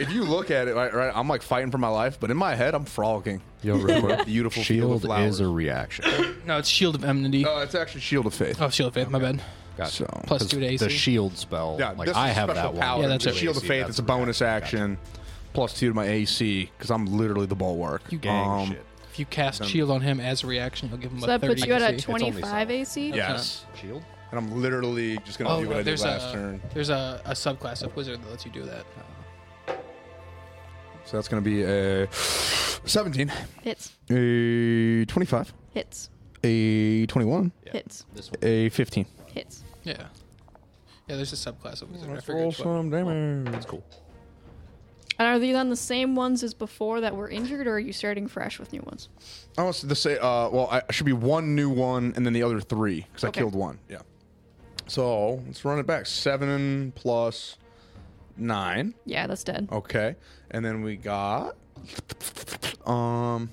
if you look at it, right, right, I'm like fighting for my life, but in my head, I'm frolicking. Yo, real Over a quick. beautiful field of Shield flowers. is a reaction. No, it's Shield of Enmity. Uh, it's actually Shield of Faith. oh, Shield of Faith. My bad. Gotcha. So- Plus two to AC. The shield spell. Yeah, like this I is have special that one. power. Yeah, that's The it. Shield of AC, Faith. that's It's a the reaction. bonus action, plus two to my AC because I'm literally the bulwark. Um, You Gang shit. If you cast Shield on him as a reaction, you'll give him So a that 30 puts you at a AC. only 25 AC. Yes, Shield? and I'm literally just gonna Oh, do what I did there's last a turn. Oh. there's a, a subclass of wizard that lets you do that. So that's gonna be a 17, Hits. a 25, Hits. a 21, Hits. This one. a 15. Hits. Yeah, yeah. There's a subclass of wizard. I Let's figured, roll but- some damage. That's cool. And are these on the same ones as before that were injured, or are you starting fresh with new ones? I want to say, uh, well, I I should be one new one and then the other three because I Okay. killed one. Yeah. So let's run it back. Seven plus nine. Yeah, that's dead. Okay. And then we got um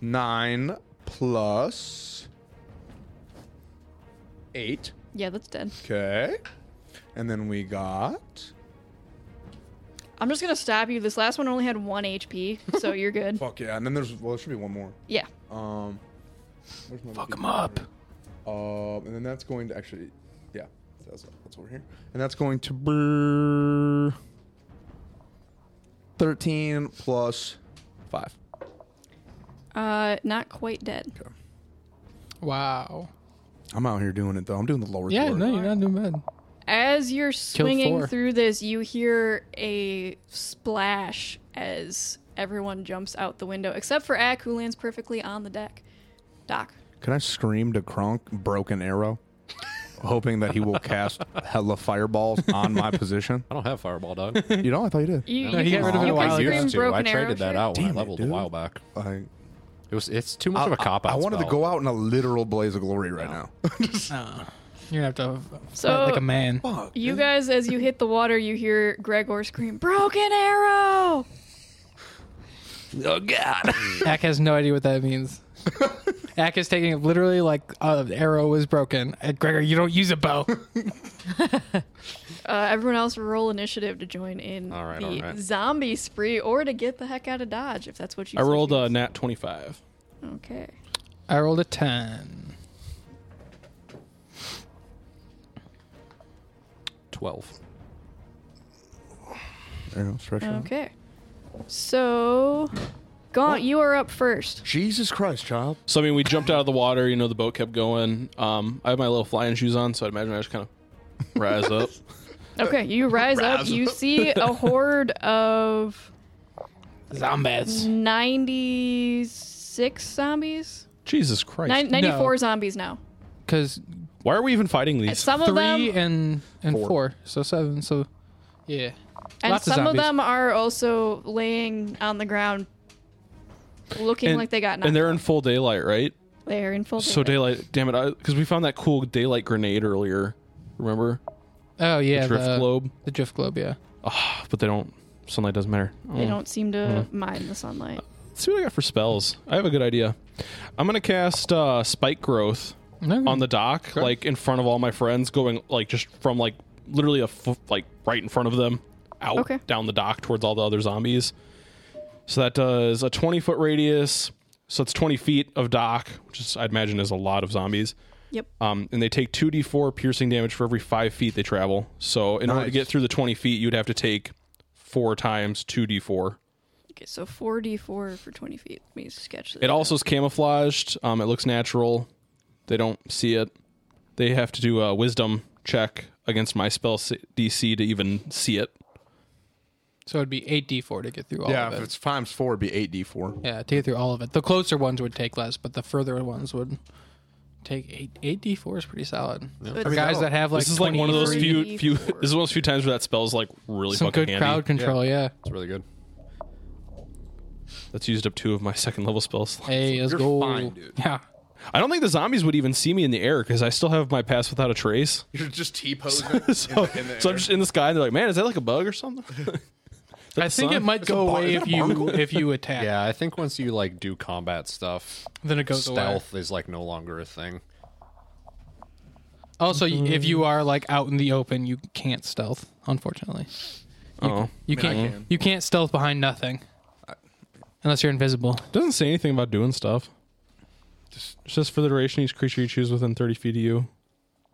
nine plus eight. Yeah, that's dead. Okay. And then we got I'm just gonna stop you. This last one only had one HP, so you're good. fuck yeah. And then there's well, there should be one more. Yeah. Um, where's my Fuck little 'em up. paper? Um, and then that's going to actually, yeah, that's that's over here, and that's going to brrr, thirteen plus five. Uh, not quite dead. Wow. I'm out here doing it though. I'm doing the lower. Yeah, third. no, you're not doing bad. As you're swinging four. through this, you hear a splash as everyone jumps out the window, except for Ak, who lands perfectly on the deck. Doc. Can I scream to Kronk broken arrow, hoping that he will cast hella fireballs on my position? I don't have fireball, dog. You know, I thought you did. You, No, you he can, got rid of it you a can while ago. scream too. Oh, I broken arrow traded that shit. out when I Damn it, leveled a dude. while back. I, It was it's too much of a cop out. I wanted to go out in a literal blaze of glory right now. You're gonna have to fight So- like a man. You guys, as you hit the water, you hear Gregor scream, "Broken arrow!" Oh god. Ack has no idea what that means. Ack is taking it literally like uh, the arrow was broken. Uh, Gregor, you don't use a bow. Uh, everyone else, roll initiative to join in All right, the all right. zombie spree, or to get the heck out of dodge, if that's what you. I so rolled a choose. nat 25. Okay. I rolled a ten. Twelve. Arrow, stretch out. Okay. So, Gaunt, you are up first. Jesus Christ, child. So I mean, we jumped out of the water. You know, the boat kept going. Um, I have my little flying shoes on, so I'd imagine I just kind of rise up. Okay, you rise up. You see a horde of Zombies. ninety-six zombies, Jesus Christ! Nin- ninety-four zombies now. Because Why are we even fighting And these? some of three them, and and Four. four. so seven. So yeah, and lots some of, of, zombies. them are also laying on the ground, looking And- like they got knocked. and they're in full daylight, right? They're in full. So daylight. daylight, damn it, because we found that cool daylight grenade earlier. Remember Oh yeah, drift globe? The drift globe. Yeah. Ah, but they don't. Sunlight doesn't matter. They Oh. don't seem to mind the sunlight. Let's see what I got for spells. I have a good idea. I'm gonna cast uh, spike growth Mm-hmm. on the dock, like in front of all my friends, going like just from like literally a foot, like right in front of them, out Okay. down the dock towards all the other zombies. So that does a 20 foot radius. So it's 20 feet of dock, which is, I'd imagine is a lot of zombies. Yep. Um, and they take 2d4 piercing damage for every five feet they travel. So in order to Nice. get through the 20 feet, you'd have to take four times 2d4. Okay, so 4d4 for 20 feet. Let me sketch this. It also is camouflaged. Um, it looks natural. They don't see it. They have to do a wisdom check against my spell c- DC to even see it. So it'd be eight d four to get through all Yeah, of if it. it's times four, it'd be eight d four. yeah, to get through all of it. The closer ones would take less, but the further ones would take eight. Eight d four is pretty solid It's- for guys that have like. this is like one of those 23. few few. This is one of those few times where that spell's like really some fucking good handy. crowd control. Yeah. It's really good. That's used up two of my second level spells. Hey, let's You're go. fine, dude. Yeah. I don't think the zombies would even see me in the air because I still have my pass without a trace. You're just t posing. So, so I'm just in the sky and they're like, "Man, is that like a bug or something?" I think it might go away if you if you attack. Yeah, I think once you like do combat stuff, Then it goes away. stealth is like no longer a thing. Also, y if you are like out in the open, you can't stealth. Unfortunately, Oh, you mean, I can't. can. You can't stealth behind nothing, unless you're invisible. doesn't say anything about doing stuff. Just- It says for the duration, each creature you choose within 30 feet of you.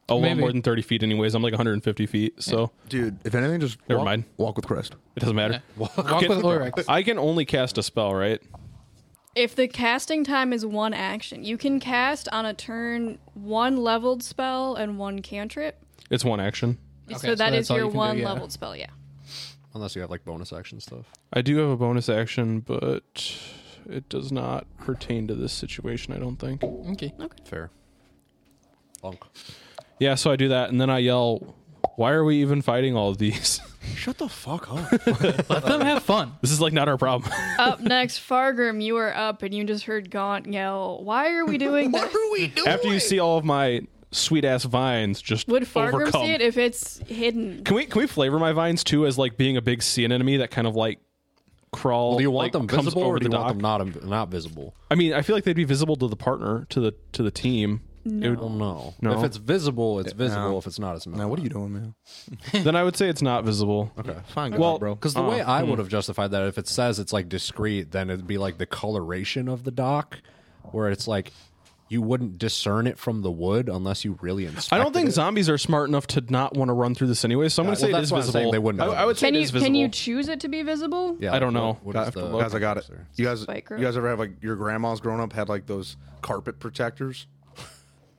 Oh, well, I'm Maybe. more than 30 feet, anyways. I'm like 150 feet, so Dude, if anything, just Never walk, mind. walk with Crest. it doesn't matter. Walk with Ulrich. I can only cast a spell, right? If the casting time is one action, you can cast on a turn one leveled spell and one cantrip. It's one action. Okay, so so that that's is all your you can do, one yeah. leveled spell, yeah. Unless you have like bonus action stuff. I do have a bonus action, but it does not pertain to this situation, I don't think. Okay. Fair. Bunk. Yeah, so I do that, and then I yell, Why are we even fighting all of these? Shut the fuck up. Let them have fun. this is like not our problem. up next, Fargrim, you are up, and you just heard Gaunt yell, "Why are we doing this?" After you see all of my sweet ass vines just Would Fargrim overcome. see it if it's hidden? Can we can we flavor my vines too as like being a big sea anemone that kind of like crawl? Well, do you want like, them comes visible over or do you the want them dock? not inv- not visible? I mean, I feel like they'd be visible to the partner to the to the team. It would- Well, no. No. If it's visible, it's visible. If it's not, it's not. now, what are you doing, man? then I would say it's not visible. Okay. Fine, Well, uh, hmm. bro. Because the way I would have justified that, if it says it's like discreet, then it'd be like the coloration of the dock, where it's like you wouldn't discern it from the wood unless you really inspect. I don't think zombies are smart enough to not want to run through this anyway. So Yeah, I'm gonna say well, it that's is what I'm saying, visible. they wouldn't I, I would say Can it you is visible. can you choose it to be visible? Yeah, I don't know. What, what guys, is the guys, I got it. You guys, Spiker. you guys ever have like your grandmas growing up had like those carpet protectors?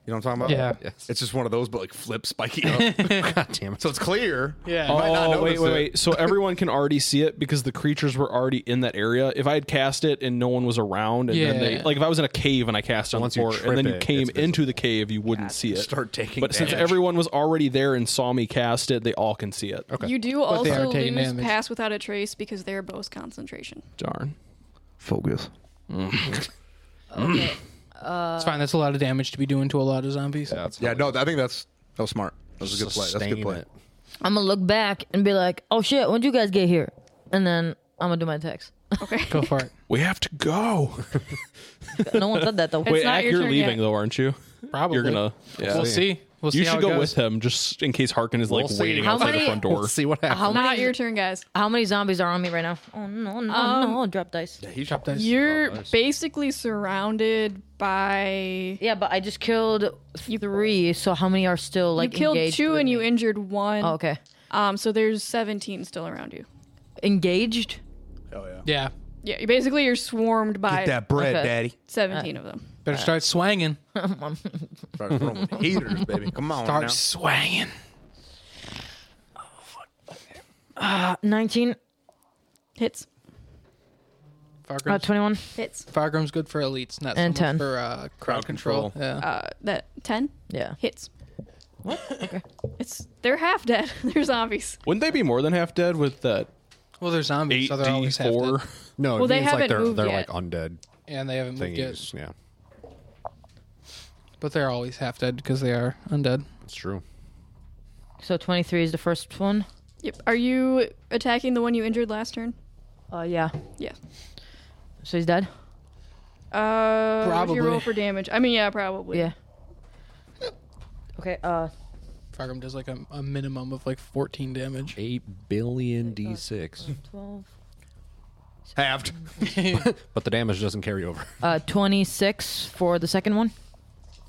You know what I'm talking about? Yeah. Yes. It's just one of those, but like flip spiky up, God damn it! so it's clear. Yeah. You might not Oh wait, notice wait, it. wait! So everyone can already see it because the creatures were already in that area. If I had cast it and no one was around, and then they Yeah. like if I was in a cave and I cast it on Once the you floor, trip and then you it, came it's visible. into the cave, you wouldn't see it. Start taking. But since damage. everyone was already there and saw me cast it, they all can see Oh, it. You do they also are taking lose damage. pass without a trace because they're both concentration. Darn. focus. Uh, it's fine. That's a lot of damage to be doing to a lot of zombies. That's Yeah, no, I think that's that was smart. That was a good play. That's a good Sustain play. it. I'm gonna look back and be like, "Oh shit, when'd you guys get here?" And then I'm gonna do my attacks. Okay. Go for it. We have to go. no one said that though. It's Wait, not Ack, your you're turn leaving yet. though, aren't you? Probably. You're gonna. Yeah. We'll see. We'll see. You how should it go goes. with him just in case Harkin is like We'll see. waiting How outside the many- front door. We'll see what Uh-huh. happens. How Not many? your turn, guys. how many zombies are on me right now? Oh no, no, no! Drop dice. He dropped dice. You're nice. basically surrounded by. Yeah, but I just killed three. So how many are still You like killed engaged two with and you me? injured one. Oh, okay, Um. So there's 17 still around you. engaged. Oh yeah. Yeah. Yeah. you- Basically, you're swarmed by bread, Okay. daddy. Uh, 17 of them. Better start swanging. Start throwing heaters, baby. Come on. Start now. swanging. Uh, 19, Hits. uh, Fargrim's, 21. Hits. Fargrim's good for elites, not so And much 10. for uh, crowd Crowd control. control. Yeah. Uh, that 10 Yeah. hits. What? Okay. It's they're half dead. they're zombies. Wouldn't they be more than half dead with that Well, they're zombies, eight so they're d always half four? dead. No, Oh, it Well, they means haven't like they're moved they're yet. like undead and they haven't moved yet. thingies. Yeah, But they're always half dead because they are undead. it's true. So 23 is the first one. Yep. Are you attacking the one you injured last turn? Uh, yeah. Yeah. So he's dead? Uh, probably. Probably. Your roll for damage. I mean, yeah, probably. Yeah. Okay, uh, Fargrim does like a, a minimum of like 14 damage. Eight billion d six, 12. halved. but the damage doesn't carry over. Uh, 26 for the second one?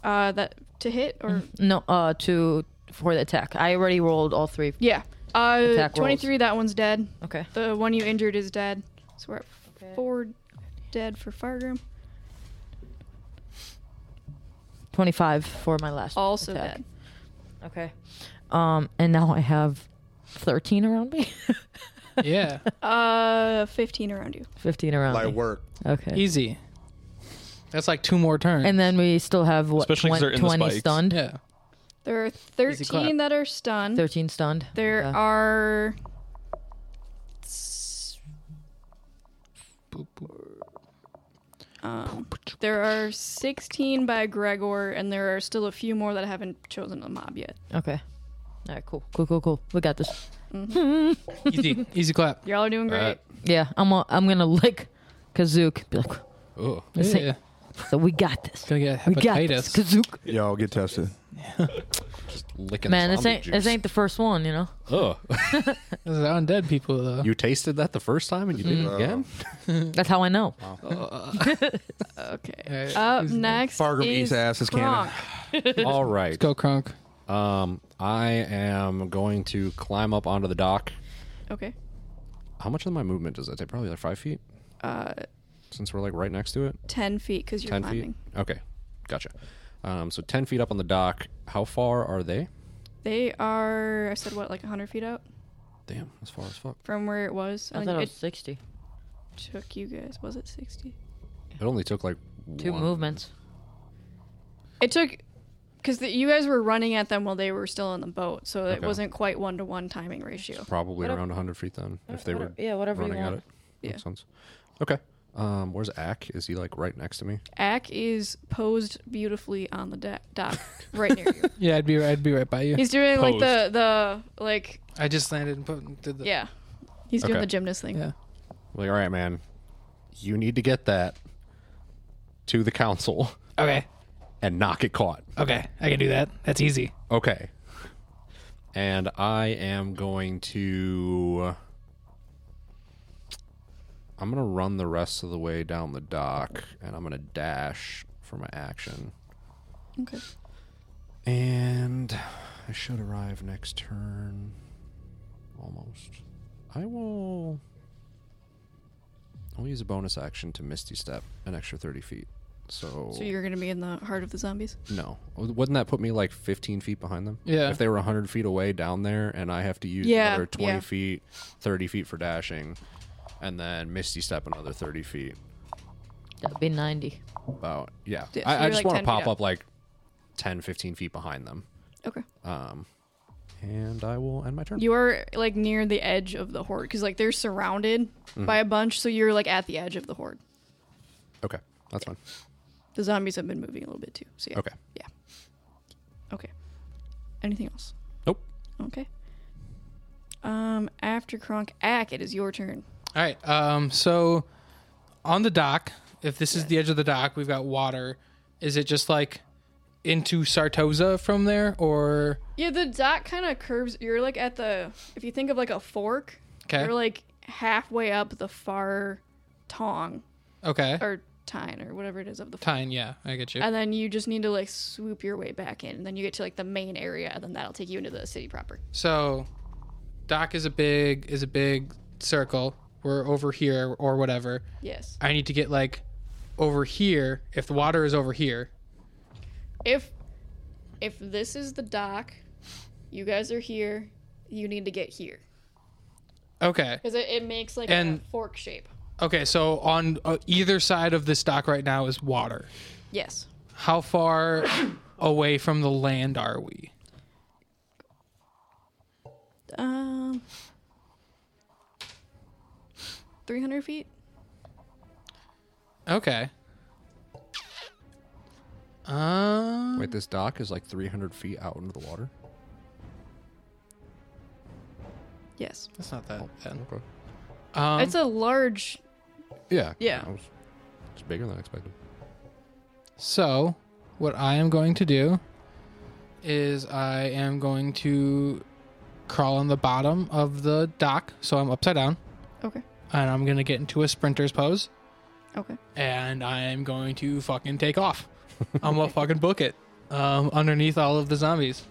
Uh, that to hit or No, uh, to for the attack. I already rolled all three. yeah. Uh, Attack rolls. twenty three. That one's dead. Okay. The one you injured is dead. So we're at Okay. four dead for Fargrim. 25 for my last Also attack. dead. Okay. Um, and now I have 13 around me. yeah. Uh, fifteen around you. 15 around By me. work. Okay. Easy. That's like two more turns. And then we still have, what, Especially 'cause they're in the 20 spikes. stunned? yeah. There are Easy clap. thirteen that are stunned. 13 stunned. There Yeah. are s- Boop, boop. um, there are 16 by Gregor, and there are still a few more that haven't chosen a mob yet. Okay. All right, cool. Cool, cool, cool. We got this. Easy. Easy clap. Y'all are doing great. Alright. Yeah, I'm i I'm gonna lick Kazook. Be like, Ugh. This ain't- Yeah. so we got this. Gonna get We got this. hepatitis. Kazook. Yo, get tested. just licking. Man, this zombie ain't this juice. ain't the first one, you know. Ugh. Those are undead people, though. you tasted that the first time and you did it again. That's how I know. Okay. Hey, Up he's the next Fargo is eats ass is canon. Gronk. All right. Go Crunk. Um, I am going to climb up onto the dock. Okay. How much of my movement does that take? Probably like five feet. Uh, Since we're like right next to it. ten feet because you're Ten climbing. feet. Okay, gotcha. Um, so ten feet up on the dock. How far are they? They are. I said what, like hundred feet out Damn, as far as fuck. from where it was. I, I think thought it it was sixty. took you guys. Was it sixty? It only took like Two one- movements. It took because you guys were running at them while they were still in the boat, so it Okay. wasn't quite one to one timing ratio. Probably Whatever- around 100 feet then, if they were whatever- yeah, whatever you running at want. it. Yeah. Makes sense. Okay. Um, where's Ack? Is he like right next to me? Ack is posed beautifully on the da- dock, right near you. Yeah, I'd be I'd be right by you. He's doing like the the like I just landed and put, did the yeah. He's doing Okay. the gymnast thing. yeah. Like, all right, man. You need to get that to the council Okay, and not get caught. okay, I can do that. That's easy. Okay. And I am going to. I'm going to run the rest of the way down the dock and I'm going to dash for my action. Okay. And I should arrive next turn. Almost. I will. I'll use a bonus action to Misty Step an extra 30 feet. So. So you're gonna be in the heart of the zombies. No. Wouldn't that put me like 15 feet behind them? Yeah. If they were 100 feet away down there and I have to use Yeah, another 20 yeah. feet, 30 feet for dashing, and then Misty Step another 30 feet. That'd be ninety. About, yeah. Yeah, so I, I you're, just like, want 10 to feet pop up. up like 10, 15 feet behind them. Okay. And I will end my turn. You are like near the edge of the horde because like they're surrounded Mm-hmm. by a bunch, so you're like at the edge of the horde. okay. That's fine. The zombies have been moving a little bit too. So yeah. Okay. Yeah. Okay. Anything else? Nope. Okay. Um, after Kronk Ack, it is your turn. All right. Um. So, on the dock, if this is the edge of the dock, we've got water. Is it just like into Sartosa from there, or Yeah, the dot kind of curves. You're like at the if you think of like a fork, Okay. you're like halfway up the far tong okay, or tine or whatever it is of the fork. Tyne? Yeah, I get you. And then you just need to like swoop your way back in, and then you get to like the main area, and then that'll take you into the city proper. So, dock is a big is a big circle. We're over here or whatever. Yes. I need to get like over here. If the water is over here, If if this is the dock, you guys are here. You need to get here okay. because it, it makes like And- a fork shape. Okay, so on uh, either side of this dock right now is water. Yes. How far away from the land are we? Um, 300 feet? Okay. Um. Wait, this dock is like 300 feet out into the water. Yes. That's not that bad. Okay. Um, it's a large. Yeah. Yeah. I was- it's bigger than I expected. so, what I am going to do is I am going to crawl on the bottom of the dock. So I'm upside down, Okay. and I'm gonna get into a sprinter's pose, Okay. and I am going to fucking take off. I'm gonna fucking book it um, underneath all of the zombies.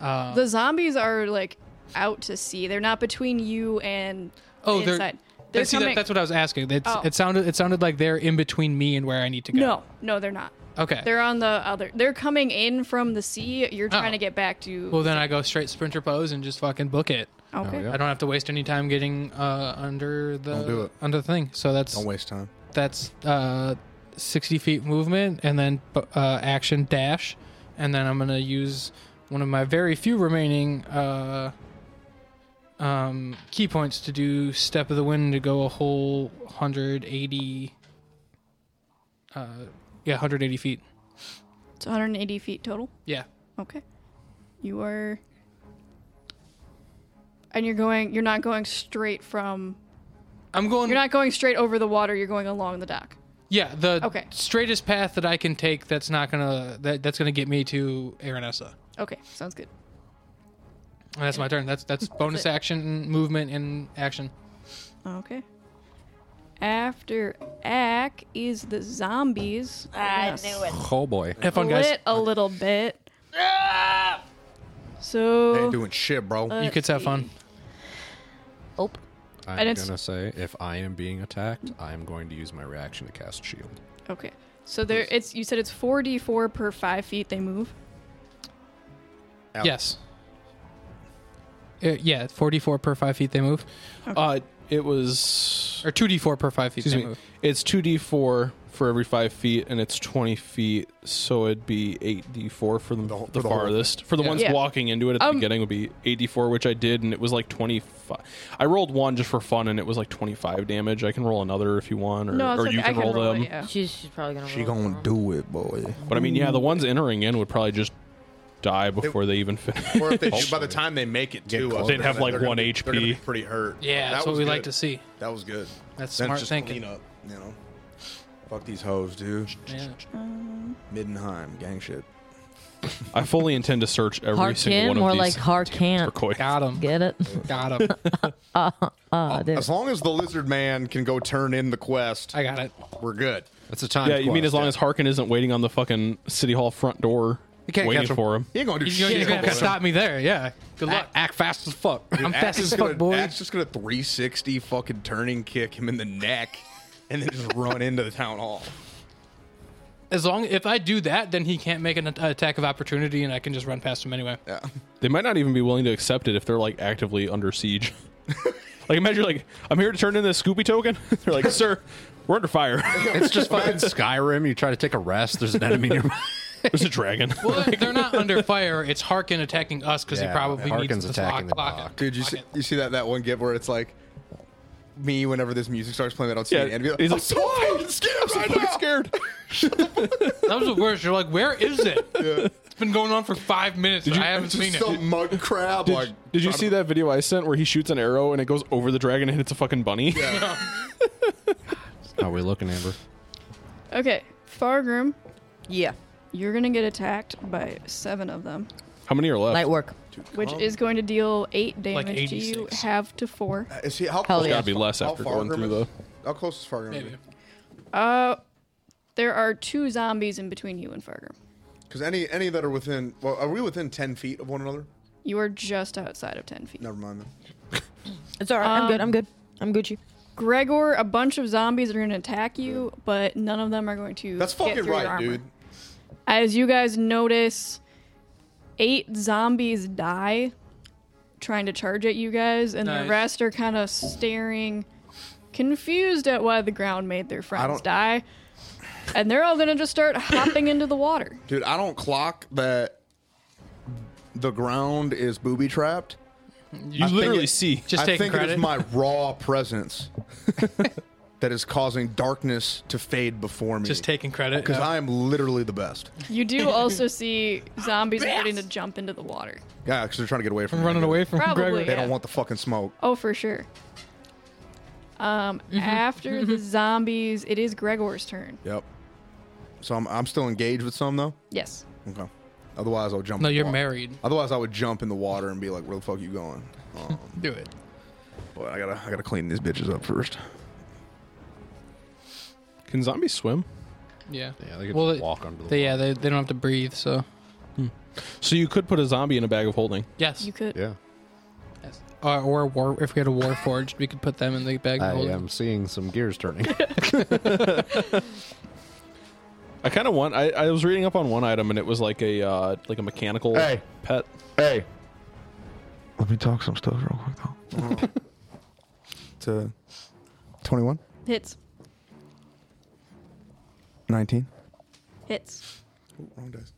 Um, the zombies are like out to sea. They're not between you and Oh, the they're. inside. that- see, that- that's what I was asking. It's, Oh. It sounded it sounded like they're in between me and where I need to go. no, no, they're not. Okay. They're on the other. They're coming in from the sea. You're trying Oh. to get back to. Well, then I go straight sprinter pose and just fucking book it. okay. Oh, yeah. I don't have to waste any time getting uh, under the Don't do it. under the thing. So that's Don't waste time. that's uh, sixty feet movement and then uh, action dash, and then I'm gonna use one of my very few remaining uh, um, key points to do step of the wind to go a whole hundred eighty. Uh, yeah, hundred eighty feet. It's 180 feet total. Yeah. Okay. You are. And you're going. You're not going straight from. I'm going. You're not going straight over the water. You're going along the dock. Yeah, the Okay. straightest path that I can take that's not gonna that, that's gonna get me to Aranessa. Okay, sounds good. And that's my turn. That's that's bonus it. action, movement, and action. Okay. After Ack is the zombies. I knew it. Oh boy. Have fun, guys. Split a little bit. They ain't So doing shit, bro. You kids have fun. Oh, And I'm it's- gonna say if I am being attacked, I am going to use my reaction to cast shield. okay. So there, it's you said it's four d four per five feet they move. Out. Yes. Uh, yeah, 4d4 per 5 feet they move. Uh, it was. Or 2d4 per 5 feet Excuse they me. move. It's two d four for every five feet, and it's twenty feet, so it'd be eight d four for the, The whole- the for the whole farthest. for the Yeah. ones Yeah. walking into it at the Um, beginning would be eight d four, which I did, and it was like twenty five. I rolled one just for fun, and it was like twenty five damage. I can roll another if you want, or, no, it's or okay. you I can can roll, roll them. It, yeah. she's she's probably gonna. She roll gonna for him. do it, boy. But I mean, yeah, the ones entering in would probably just die before they even finish. Or if they do, by the time they make it to us, They'd have, they're like, gonna one be- They're gonna be HP. pretty hurt. Yeah, That that's what was we good. like to see. That was good. That's Then smart just thinking. clean up, you know. Fuck these hoes, dude. Yeah. Middenheim, gang shit. I fully intend to search every single Harkin, one more of like these. Harkan. Harkin. Got him. Get it? Got him. Uh, dude. As long as the lizard man can go turn in the quest, I got it. we're good. That's a time. Yeah, you mean as long as Harkin isn't waiting on the fucking city hall front door can't waiting catch him. for him? He ain't gonna do He's shit. gonna, he's gonna over there. stop me there. Yeah. Good luck. act fast as fuck. I'm Axe fast is as gonna, fuck, boy. Axe just gonna 360 fucking turning kick him in the neck, and then just run into the town hall. As long if I do that, then he can't make an at- attack of opportunity, and I can just run past him anyway. Yeah. They might not even be willing to accept it if they're like actively under siege. like imagine like I'm here to turn in this Scooby token. they're like, sir, we're under fire. it's just fucking Skyrim. You try to take a rest. There's an enemy nearby. There's a dragon. Well, they're not under fire. It's Harkin attacking us because Yeah, he probably Harkin's needs to attacking block, the block dock. it. Dude, you see, you see that that one gif where it's like me whenever this music starts playing that on Yeah, CNN, be like, he's I'm like, so fucking scared right now. scared. That was the worst. You're like, where is it? It's been going on for five minutes. and I haven't Just seen it. some mug crab. like, Did you see that video I sent where he shoots an arrow and it goes over the dragon and hits a fucking bunny? How are we looking, Amber? Okay, Fargrim, yeah. you're gonna get attacked by seven of them, How many are left? Light work. which is going to deal eight Like damage to you, 86. half to four. Is he uh, how Hell close? yeah. Gotta be less How after far going Grim through is- the. How close is Fargo? Maybe. Uh, there are two zombies in between you and Fargrim. Because any any that are within, well, are we within ten feet of one another? You are just outside of ten feet. Never mind. Then. It's all right. I'm good. I'm good. I'm Gucci. Gregor, a bunch of zombies are going to attack you, but none of them are going to. That's get fucking through your right, armor. dude. As you guys notice, eight zombies die trying to charge at you guys, and Nice. the rest are kind of staring, confused at why the ground made their friends don't- die. And they're all going to just start hopping into the water. Dude, I don't clock that the ground is booby trapped. You You literally it- see. just I taking think it credit. is my raw presence that is causing darkness to fade before me. just taking credit. because yeah. I am literally the best. You do also see zombies starting to jump into the water. Yeah, because they're trying to get away from I'm me. running away from Probably. Gregor. They Yeah. don't want the fucking smoke. Oh, for sure. Um, after the zombies, it is Gregor's turn. Yep. So I'm, I'm still engaged with some though. Yes. Okay. Otherwise, I'll jump. No, in the you're water. married. Otherwise, I would jump in the water and be like, "Where the fuck you going?" Um, Do it. but I gotta I gotta clean these bitches up first. Can zombies swim? Yeah. Yeah, they could Well, just walk under the. They, yeah, they, they don't have to breathe, so. So you could put a zombie in a bag of holding. Yes. You could. yeah, Yes. Or, or war, if we had a war forged, we could put them in the bag. I and hold them. am seeing some gears turning. I kind of want. I, I was reading up on one item and it was like a uh, like a mechanical Hey. pet. Hey. Let me talk some stuff real quick though. to 21, Hits. 19. Hits. Wrong dice.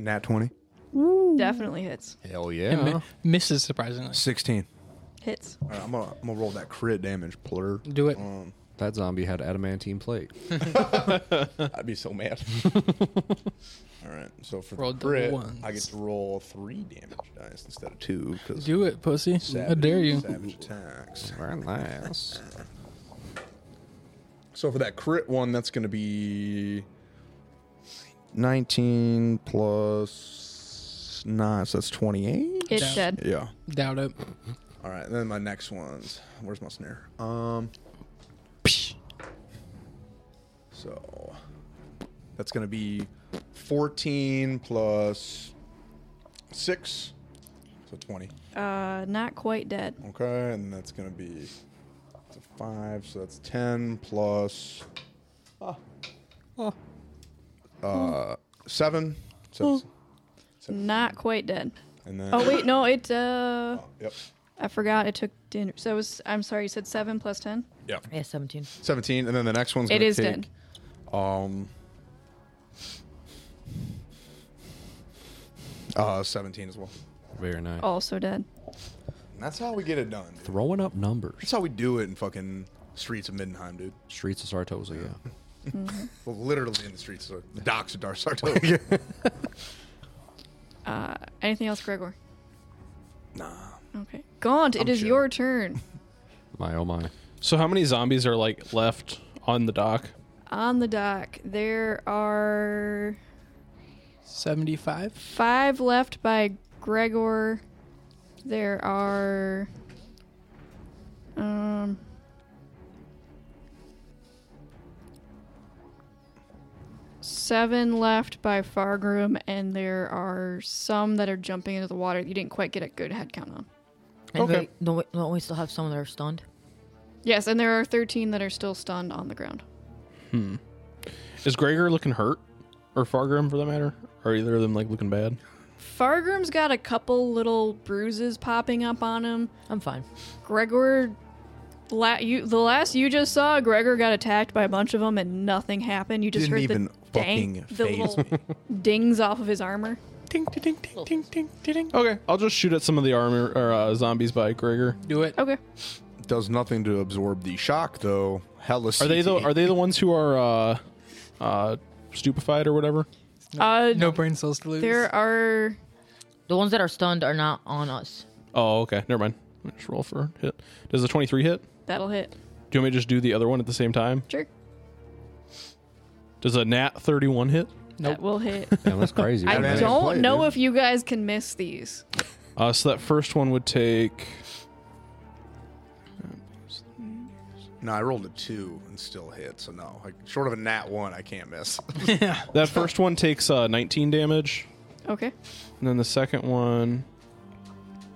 Nat 20. Definitely hits. Hell And mi- yeah! misses surprisingly. 16. Hits. All right, I'm gonna I'm gonna roll that crit damage, plur. Do it. Um, That zombie had adamantine plate. I'd be so mad. All right, so for Roll the double crit, ones. I get to roll three damage dice instead of two because Do it, pussy. How dare you? Savage attacks. Very nice. So for that crit one, that's going to be 19 plus 9, so that's 28. It's dead. Yeah. Doubt it. All right. Then my next one's where's my snare? Um. So that's gonna be fourteen plus six, so twenty. Uh, not quite dead. Okay, and that's gonna be it's a five, so that's ten plus Ah. Ah. uh, seven. So Not quite dead. and then Oh wait, no, it. Uh, yep, I forgot. It took dinner. So it was. I'm sorry. You said seven plus ten. Yeah, 17. seventeen, and then the next one's It gonna is take, dead. Um. Uh, 17 as well. Very nice. Also dead. And that's how we get it done. dude. Throwing up numbers. That's how we do it in fucking streets of Mindenheim, dude. Streets of Sartosa, yeah. Well, literally in the streets of the docks of Dar Sartosa. Uh, anything else, Gregor? nah. Okay. Gaunt, I'm it is chill. your turn. My oh my. So how many zombies are like left on the dock? On the dock, there are 75? five left by Gregor. There are um seven left by Fargroom, and there are some that are jumping into the water. that You didn't quite get a good head count on. And Okay. wait, don't, we, don't we still have some that are stunned? Yes, and there are thirteen that are still stunned on the ground. Is Gregor looking hurt, or Fargrim for that matter? Are either of them like looking bad? Fargroom's got a couple little bruises popping up on him. I'm fine. Gregor, la- you the last you just saw, Gregor got attacked by a bunch of them and nothing happened. You just Didn't heard the even dang, fucking the faze little dings off of his armor. Ding, ding, ding, ding, ding, ding, ding. Okay, I'll just shoot at some of the armor or uh, zombies by Gregor. Do it. Okay, Does nothing to absorb the shock, though. Hella Are they the Are they the ones who are uh, uh, stupefied or whatever? uh, No brain cells to lose. there are The ones that are stunned are not on us. Oh, okay. Never mind. Let me Just roll for hit. Does the twenty three hit? that'll hit. Do you want me to just do the other one at the same time? Sure, Does a nat thirty one hit? that will hit. Damn, that's crazy. I right? man, don't play it, know dude. if you guys can miss these. Uh, so that first one would take. No, I rolled a two and still hit, so no. Like, short of a nat one, I can't miss. That first one takes uh, nineteen damage, Okay, and then the second one.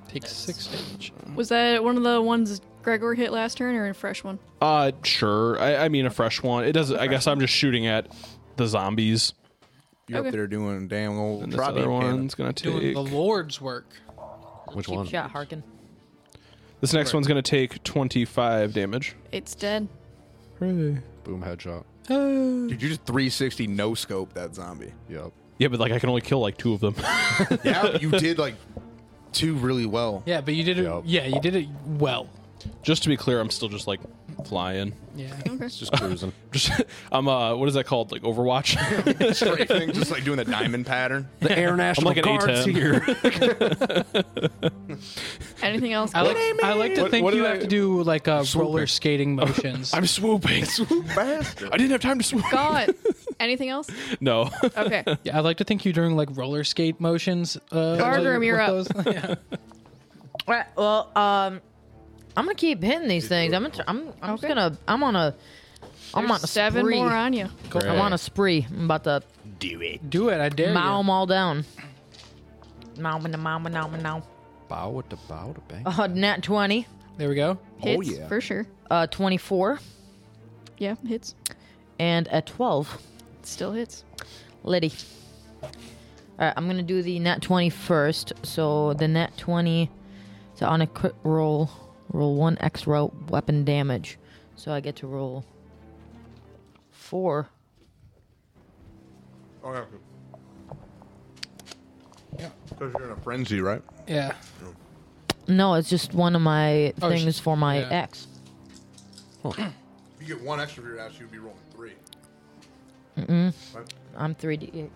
Take six damage. was that one of the ones Gregor hit last turn or a fresh one? Uh, sure. I, I mean, a fresh one. It doesn't. I guess I'm just shooting at the zombies. You're Okay. up there doing damn old. And this probably other cannon. one's gonna Doing take. the Lord's work. Which Keep one? shot, Harkin. This next one's gonna take twenty five damage. It's dead. Hooray. Boom headshot. Dude, you just 360 no scope that zombie. Yep. Yeah, but like I can only kill like two of them. Yeah, you did like two really well. Yeah, but you did it. Yep. Yeah, you did it well. just to be clear, I'm still just like flying. Yeah. It's just cruising. Just I'm uh, what is that called? Like Overwatch. Straight thing, just like doing the diamond pattern. the Air I'm National like an Guard's A10. here. Anything else? I like, I like to What- think what you did have I- to do like uh, roller skating motions. I'm swooping. I didn't have time to swoop. Gaunt. Anything else? No. Okay. yeah, I like to think you're doing like roller skate motions. Uh, Barroom, with you're up. those. yeah. All right, well, um, I'm gonna keep hitting these things. I'm gonna, tr- I'm, I'm just Okay. gonna, I'm on a, I'm There's on a seven spree. more on you. Oh, Great. I'm on a spree. I'm about to Do it. I dare mow you. them all down. Mow, mow, mow, mow, mow. Bow to bow to Oh. bang. Uh, nat 20, There we go. Hits for sure. uh, 24, Yeah, hits. and a 12. Still hits. Liddy. All right, I'm gonna do the nat 20 first. So the nat 20, so on a crit roll, roll one extra weapon damage. So I get to roll four. Oh, yeah. Because you're in a frenzy, right? Yeah. No, it's just one of my Oh, things sh- for my yeah. ex. If you get one extra for your ass, you'd be rolling three. I'm 3d8.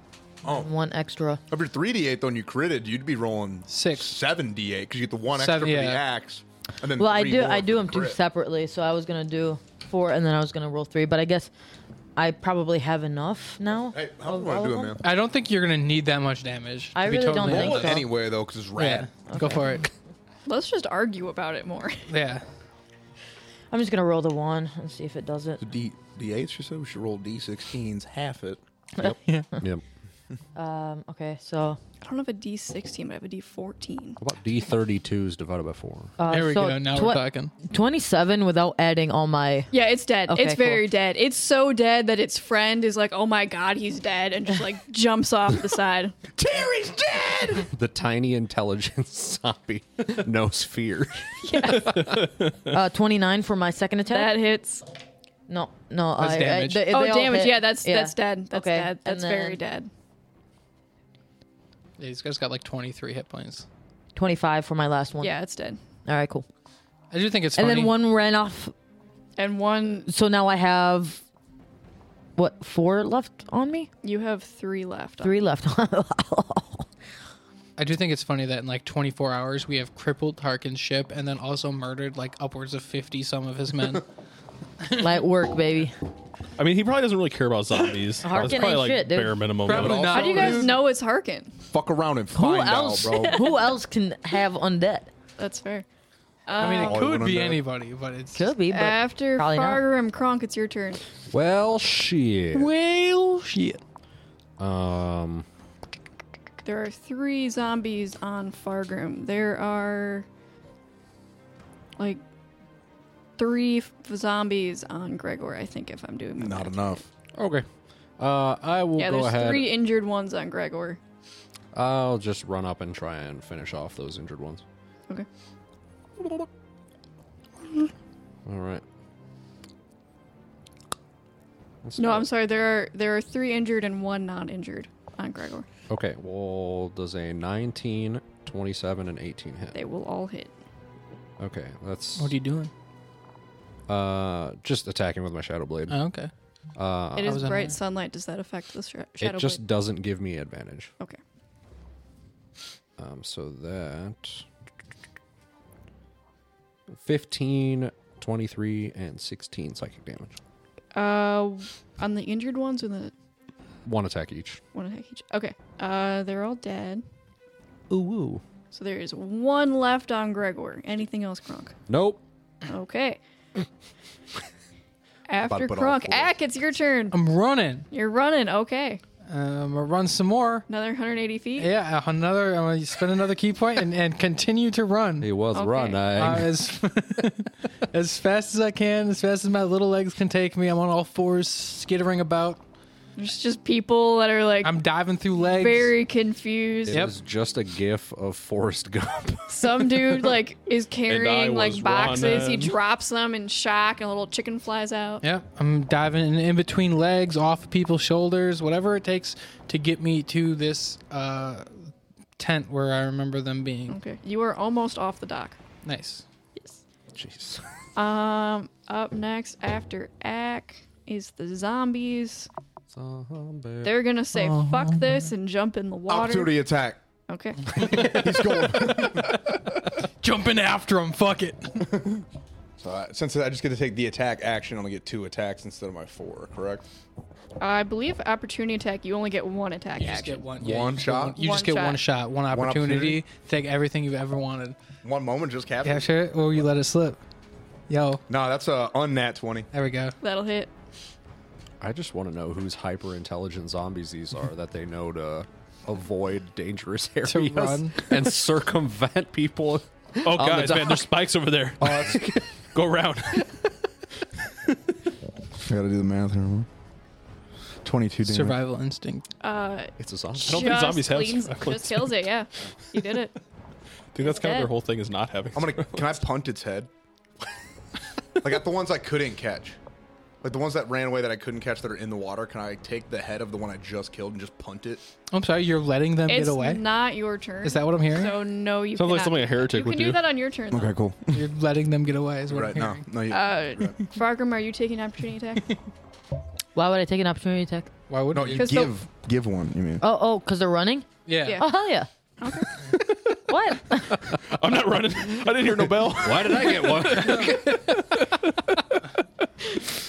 Oh. One extra. If you're 3d8, though, and you critted, you'd be rolling Six. 7d8 because you get the one extra Seven, for yeah. the axe. And then Well, I three do more I for do the them two crit. separately, so I was gonna do four and then I was gonna roll three, but I guess I probably have enough now. Hey, how of do I all do of it, them. man? I don't think you're gonna need that much damage. I to be really don't totally think honest. so. Anyway, though, because it's Yeah, rad. go for it. Let's just argue about it more. Yeah, I'm just gonna roll the one and see if it does it. D D8, she said we should roll D16s, half it. Yep. Um, okay, so I don't have a D16, but I have a D14. How about D32s divided by 4? uh, there we so go. Now twe- we're talking. 27 without adding all my. Yeah, it's dead. Okay, it's very dead. It's so dead that its friend is like, oh my god, he's dead, and just like jumps off the side. Terry's dead! The tiny intelligent zombie knows fear. Uh, 29 for my second attack. That hits. no, no, That's I, damage. I, they- oh, they all damage. hit. Oh, Yeah, that's that's dead. That's Okay, dead. That's and very then dead. Yeah, these guys got like 23 hit points. 25 for my last one. Yeah, it's dead. All right, cool. I do think it's And funny. then one ran off. And one, So now I have what four left on me? you have three left. Three left. I do think it's funny that in like 24 hours we have crippled Tarkin's ship and then also murdered like upwards of 50 some of his men. Light work, baby. I mean, he probably doesn't really care about zombies. Harkin That's probably ain't like shit, dude. bare minimum. Probably level. not. How do you guys know it's Harkin? Fuck around and Who find out, else? bro. Who else can have undead? That's fair. I uh, mean, it Oh, could wouldn't be that- anybody, but it's Could be, but After probably not. Fargrim Kronk, it's your turn. Well, shit. well shit. Um, There are three zombies on Fargrim. There are like three f- zombies on Gregor, I think, if I'm doing my Not math. enough. okay. Uh, I will Yeah, go there's ahead. three injured ones on Gregor. I'll just run up and try and finish off those injured ones. Okay. All right. That's No, not- I'm sorry. There are there are three injured and one not injured on Gregor. Okay, well, does a 19, 27, and 18 hit? They will all hit. Okay, that's What are you doing? uh, just attacking with my Shadow Blade. Oh, okay. Uh, it was is on bright that. sunlight. Does that affect the sh- shadow? it just blade? doesn't give me advantage. okay. Um, so that 15, 23, and 16 psychic damage. Uh, on the injured ones and the One attack each. one attack each. Okay. Uh, they're all dead. Ooh, ooh. So there is one left on Gregor. Anything else, Kronk? Nope. Okay. About to After put all Kronk, four. Ack, it's your turn. I'm running. You're running. Okay. Um, I'll run some more. Another 180 feet. Yeah, another. I'm gonna spend another key point and, and continue to run He was Okay. running. uh, as as fast as I can, as fast as my little legs can take me. I'm on all fours, skittering about. There's just people that are like I'm diving through legs. very confused. it Yep. was just a gif of Forrest Gump. Some dude like is I carrying was like boxes. He running. drops them in shock, and a little chicken flies out. Yep, I'm diving in, in between legs, off people's shoulders, whatever it takes to get me to this uh, tent where I remember them being. Okay. You are almost off the dock. Nice. Jeez. Um, up next after Ack is the zombies. uh, Zombie. They're gonna say fuck Uh-huh. this and jump in the water. Opportunity attack. Okay. He's going. Jumping after them, fuck it. so I, since I just get to take the attack action, I only get two attacks instead of my four, correct? I believe opportunity attack. You only get one attack You just action. get one, One you just shot? Get one, you just One get shot. one shot, one opportunity, opportunity? Take everything you've ever wanted. One moment just captured. Capture it, or you let it slip. Yo, No, that's a unnat 20. there we go. That'll hit. I just want to know whose hyper intelligent zombies these are that they know to avoid dangerous areas run. and circumvent people. Oh the guys, man, dock. there's spikes over there. Go around. I gotta do the math here. huh? 22 damage. Survival instinct. Uh, It's a zombie. I don't think just zombies have cleans- sparklers. Just kills it. Yeah, you did it. I think that's kind of dead. their whole thing is not having. I'm gonna. Can I punt its head? like at the ones I couldn't catch, like the ones that ran away that I couldn't catch that are in the water. Can I take the head of the one I just killed and just punt it? I'm sorry, you're letting them It's get away. not your turn. Is that what I'm hearing? So no, you Sounds like cannot. something a heretic You would can do do. that on your turn. Though. cool. you're letting them get away. Is what Right I'm no, hearing. no. You, Uh, Fargrim, are you taking opportunity attack? Why would I take an opportunity attack? Why would no, not you? you 'cause give the- give- give one. You mean? Oh, oh, because they're running. Yeah. yeah. Oh hell yeah! what? I'm not running. I didn't hear no bell. Why did I get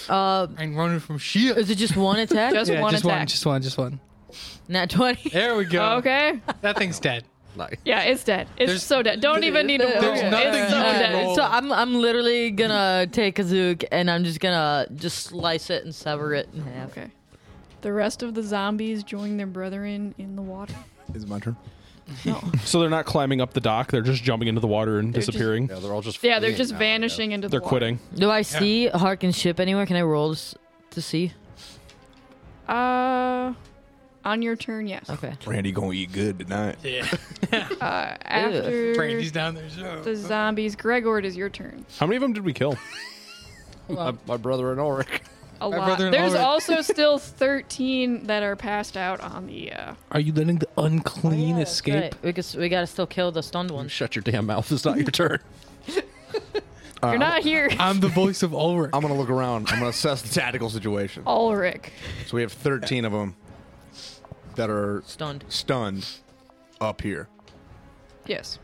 one? I'm running from shit. Is it just one attack? Just Yeah, one just attack. one, just one, just one. Nat 20. There we go. Oh, okay. That thing's dead. Like, Yeah, it's dead. It's There's- so dead. Don't even need to roll. There's It's nothing you so can dead. roll. So I'm I'm literally gonna take a zook and I'm just gonna just slice it and sever it in half. Okay. The rest of the zombies join their brethren in the water. Is it my turn? No. So they're not climbing up the dock; they're just jumping into the water and They're just- disappearing. yeah, they're all just yeah, they're fleeing just now, I vanishing into the they're water. quitting. Do I see Harkin's ship anywhere? Can I roll s- to see? Uh, on your turn, yes. Okay. Randy gonna eat good tonight. Yeah. Uh, after Brandy's down there. so- the zombies, Gregor, it is your turn. How many of them did we kill? guess. My, my brother in Ulrich. A My lot. brother-in-law There's would- also still 13 that are passed out on the. Uh, Are you letting the Oh, unclean escape? Right. We, could, s- we gotta still kill the stunned one. Shut your damn mouth. It's not your turn. you're not here, I'm the voice of Ulrich. I'm gonna look around. I'm gonna assess the tactical situation. Ulrich. So we have 13 of them that are Stunned. stunned up here. Yes.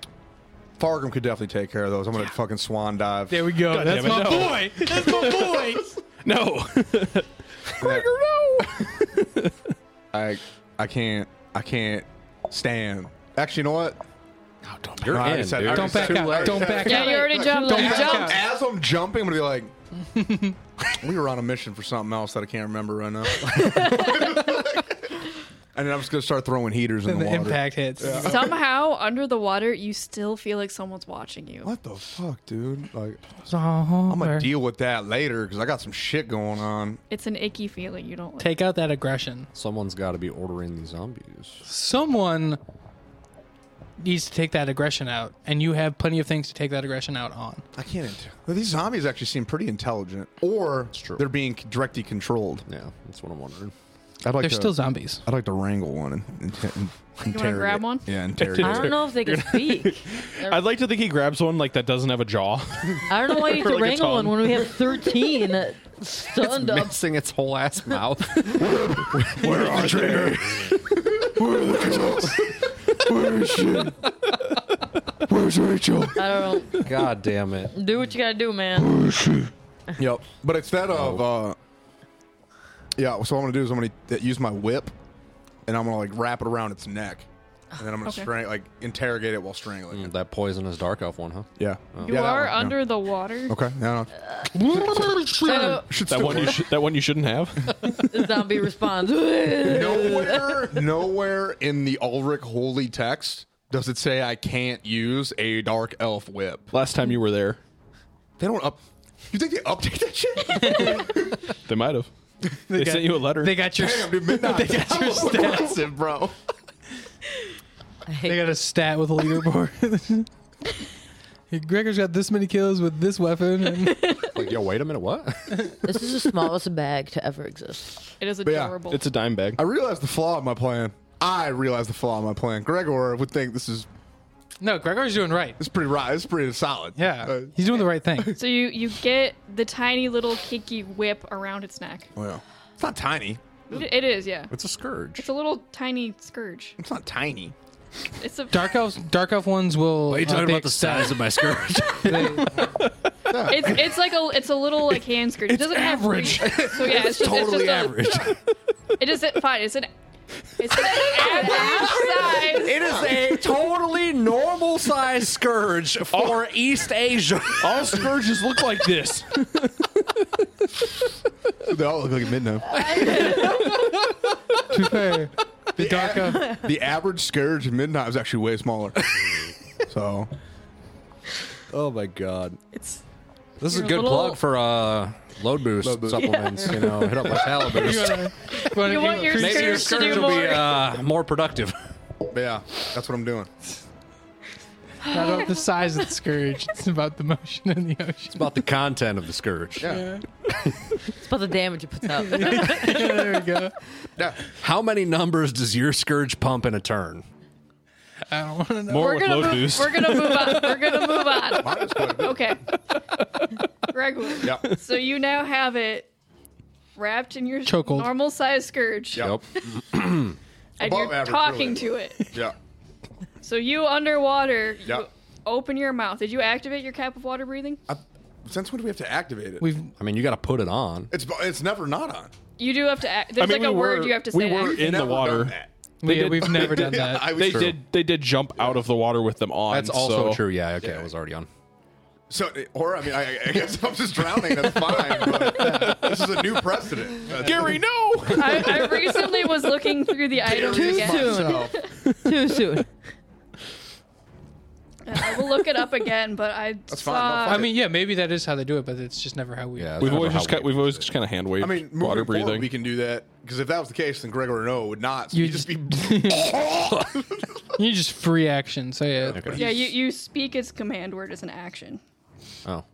Fargrim could definitely take care of those. I'm gonna fucking swan dive. there we go. That's damn my it, no. boy. That's my boy. No. I I can't I can't stand. Actually, you know what? No, don't No, I already said- I already Don't back said- out. Don't back Yeah, out. you already jumped. Don't you back out. jumped. As I'm jumping, I'm gonna be like, we were on a mission for something else that I can't remember right now. and then I'm just gonna start throwing heaters in And the, the water. impact hits. Somehow, under the water, you still feel like someone's watching you. What the fuck, dude? Like, I'm gonna Zomer. deal with that later because I got some shit going on. It's an icky feeling. You don't like. Take out that aggression. Someone's got to be ordering these zombies. Someone needs to take that aggression out, and you have plenty of things to take that aggression out on. I can't. int- Well, these zombies actually seem pretty intelligent, or true. they're being directly controlled. Yeah, that's what I'm wondering. I'd like They're to, still zombies. I'd like to wrangle one and, and, and interrogate- grab one? Yeah, interrogate. I don't know if they can speak. I'd like to think he grabs one like that doesn't have a jaw. I don't know why you have to Like a wrangle one tongue. when we have 13 that stunned up. Missing its whole ass mouth. Where are they? Where are the girls? Where is she? Where's Rachel? I don't know. God damn it. Do what you gotta do, man. Where is she? Yep. But instead of, uh, yeah, so what I'm gonna do is I'm gonna uh, use my whip, and I'm gonna like wrap it around its neck, and then I'm gonna Okay. strang- like interrogate it while strangling it. That poisonous dark elf one, huh? Yeah. You Yeah, that are one, yeah. under the water. Okay. No, no. So, Should that still one you sh- that one you shouldn't have. The zombie responds. nowhere, nowhere in the Ulrich holy text does it say I can't use a dark elf whip. Last time you were there, They don't up. You think they update that shit? they might have. They, got- sent you a letter. They got your. Damn, dude, midnight. They got your stat. Massive, bro. They got a stat with a leaderboard. Gregor's got this many kills with this weapon. And Like, yo, wait a minute, what? This is the smallest bag to ever exist. it is yeah, adorable. it's a dime bag. I realized the flaw in my plan. I realized the flaw in my plan. Gregor would think this is no, Gregor's doing right. this is pretty right. This is pretty solid. Yeah, Uh, he's doing the right thing. so you you get the tiny little kicky whip around its neck. well, oh, it's not tiny. It it is, yeah. It's a scourge. It's a little tiny scourge. It's not tiny. It's a Dark elves, dark elf ones will. Are you uh, talking they about the excel. size of my scourge? It's it's like a it's a little like hand scourge. It doesn't average. have reach. So yeah, it's, just, it's just A, it is fine. It's an it's an average size. It is a totally normal size scourge Oh. for East Asia. All scourges look like this. They all look like midnight. Too fair. The dark elf. the average scourge of midnight is actually way smaller. so Oh my god. It's This is a You're a good little- plug for uh, load boost Load Boost. supplements. You know, hit up my You Talibus. wanna- you wanna You want do- your Maybe Maybe your Scourge to do scourge will be more. uh, more productive. yeah, that's what I'm doing. It's not about the size of the scourge. It's about the motion in the ocean. It's about the content of the scourge. Yeah. It's about the damage it puts out. there we go. Yeah. How many numbers does your scourge pump in a turn? I don't want to know. More we're with gonna load move, boost. we're gonna move on. We're gonna move on. Mine is quite big. Okay. Regular. Yep. So you now have it wrapped in your Chokehold. normal size scourge, Yep. and Above you're average, talking really. to it. Yeah. So you underwater, you Yep. open your mouth. Did you activate your cap of water breathing? Since when do we have to activate it? We've I mean, you got to put it on. it's it's never not on. You do have to. Act, there's I mean, like a we were, word you have to say. We to were act. in the Never water. done that. we, we've never done Yeah, that. I was They true. did. They did jump out of the water with them on. That's also so- true. Yeah. Okay, it was already on. So, or I mean, I, I guess I'm just drowning. That's fine. But this is a new precedent. That's- Gary, no. I, I recently was looking through the items Gary again. myself. Too soon. And I will look it up again, but I saw. fine, no, I mean, yeah, maybe that is how they do it, but it's just never how we. Yeah. We've I don't always know just how kind, we- we've always just kind of hand waved I mean, water water breathing. we can do that because if that was the case, then Gregor no would not. So You you just be. You just free action. So yeah, yeah, you, you speak as command word as an action. Oh.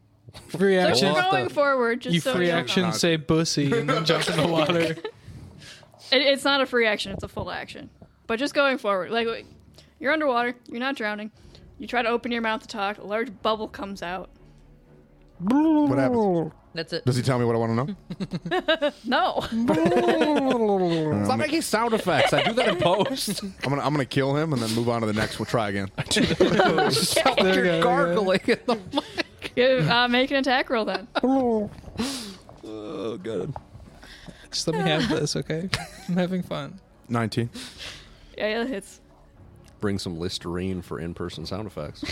free So action. you're going forward, just You so free you know. action, say "bussy" and then jump in the water. It, it's not a free action; it's a full action. But just going forward, like you're underwater, you're not drowning. You try to open your mouth to talk, a large bubble comes out. what happens? That's it. Does he tell me what I want to know? No, Stop making sound effects. I do that in post. I'm gonna I'm gonna kill him and then move on to the next. We'll try again. Stop There your you go, gargling in the Give, uh, make an attack roll then. Oh, good. Just let me have this, okay? I'm having fun. Nineteen. Yeah, it hits. Bring some Listerine for in person sound effects.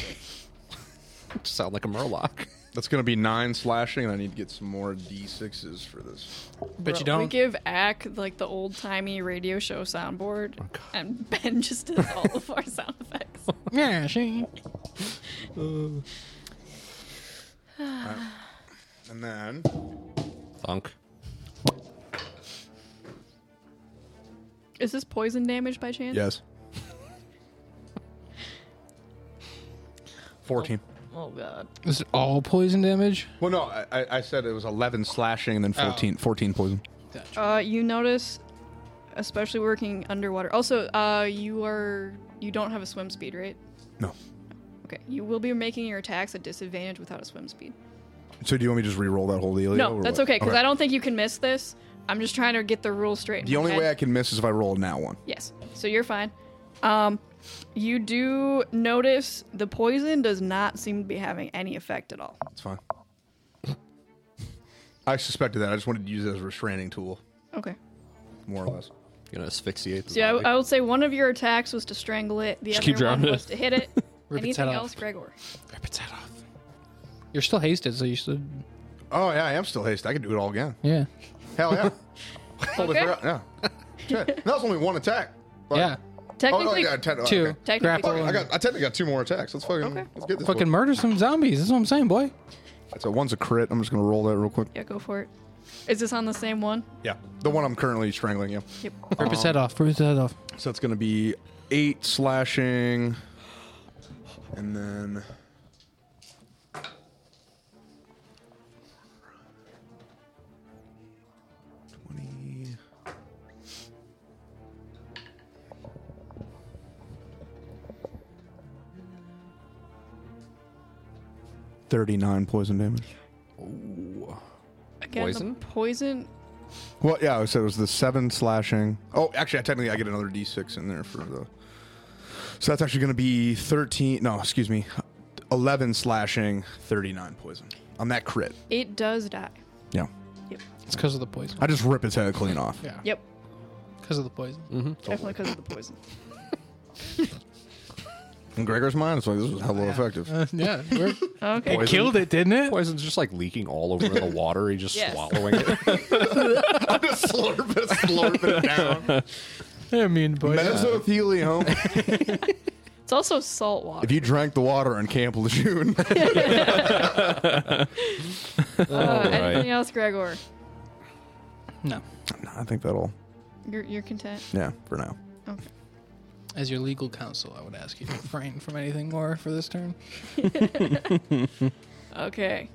sound like a Murloc. That's gonna be nine slashing, and I need to get some more d6s for this. But you Bro, We don't. give Ack like the old timey radio show soundboard, Oh, and Ben just does all of our sound effects. Yeah, she. And then Thunk. Is this poison damage by chance? yes, fourteen. Oh god. Is it all poison damage? Well, no, I, I- I said it was eleven slashing and then Oh. 14, 14 poison. Uh, you notice, especially working underwater. Also, uh, you are you don't have a swim speed, right? No. Okay, you will be making your attacks at disadvantage without a swim speed. So do you want me to just re-roll that whole deal? no, that's okay because I don't think you can miss this. I'm just trying to get the rules straight. in The my only head. way I can miss is if I roll a nat one. Yes. So you're fine. Um, you do notice the poison does not seem to be having any effect at all. It's fine. I suspected that. I just wanted to use it as a restraining tool, Okay. more or less. You're going to asphyxiate the So yeah, I, zombie. I would say one of your attacks was to strangle it. The Just other keep drowning one it. was to hit it. Rip its Anything head off. else, Gregor? Oh, Rip its head off. You're still hasted, so you should. Oh yeah, I am still haste. I could do it all again. Yeah. Hell yeah. Totally Okay. forgot. Yeah. Shit. And that was only one attack. But- Yeah. Oh, no, I Technically, got ten. oh, Two. okay. Technically- Grapple. Fuck, I and got. I technically got two more attacks. Let's fucking. Okay. Let's get this. fucking murder some zombies. That's what I'm saying, boy. one. So one's a crit. I'm just gonna roll that real quick. yeah, go for it. Is this on the same one? Yeah. The one I'm currently strangling. Yeah. Yep. Rip its head off. Rip its head off. So it's gonna be eight slashing, and then. twenty. Thirty-nine poison damage. Again, Poison? the poison. Well, yeah, I said it was the seven slashing. Oh, actually, I technically I get another d6 in there for the. So that's actually going to be thirteen. No, excuse me, eleven slashing, thirty-nine poison on that crit. It does die. Yeah, It's because of the poison. I just rip its head clean off. Yeah. Yep. Because of the poison. Definitely because of the poison. In Gregor's mind, it's like this was hella effective. Uh, yeah. we're- Okay. it killed it, didn't it? Poison's just like leaking all over the water. He's just Yes. swallowing it. I'm just slurp it, slurp it down. I mean, poison. Mesothelioma. It's also salt water. if you drank the water in Camp Lejeune, uh, Alright. anything else, Gregor? Uh, No. No, I think that'll. You're, you're content. Yeah, for now. As your legal counsel, I would ask you to refrain from anything more for this turn. Okay.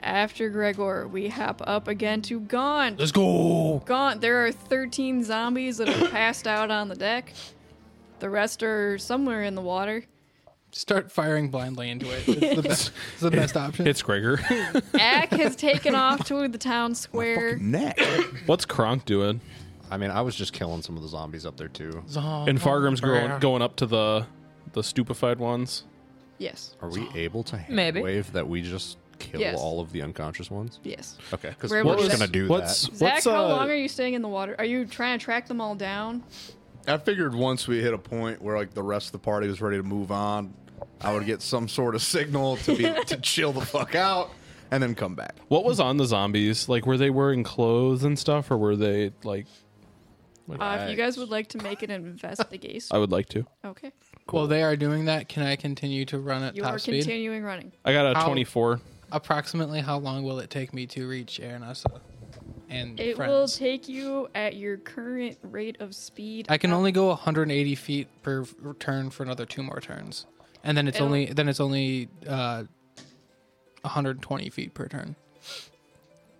After Gregor, we hop up again to Gaunt. Let's go. Gaunt, there are 13 zombies that are passed out on the deck. The rest are somewhere in the water. Start firing blindly into it. It's the best, it's the best option. It's Gregor. Ack has taken off to the town square. Neck. What's Kronk doing? I mean, I was just killing some of the zombies up there, too. Zombie. And Fargrim's going going up to the the stupefied ones. Yes. Are we able to hand Maybe. wave that we just kill Yes. all of the unconscious ones? Yes. Okay, because Where we're was just gonna that? do What's that. Zach, what's how uh, long are you staying in the water? Are you trying to track them all down? I figured once we hit a point where like the rest of the party was ready to move on, I would get some sort of signal to be to chill the fuck out and then come back. What was on the zombies? Like, were they wearing clothes and stuff, or were they like? Uh, if you guys would like to make an investigation, I would like to. okay. While they are doing that, can I continue to run at You top are speed? continuing running. I got a Ow. twenty-four. Approximately how long will it take me to reach Aranasa and It will friends? take you at your current rate of speed. I can only go 180 feet per f- turn for another two more turns, and then it's It'll- only then it's only uh, 120 feet per turn.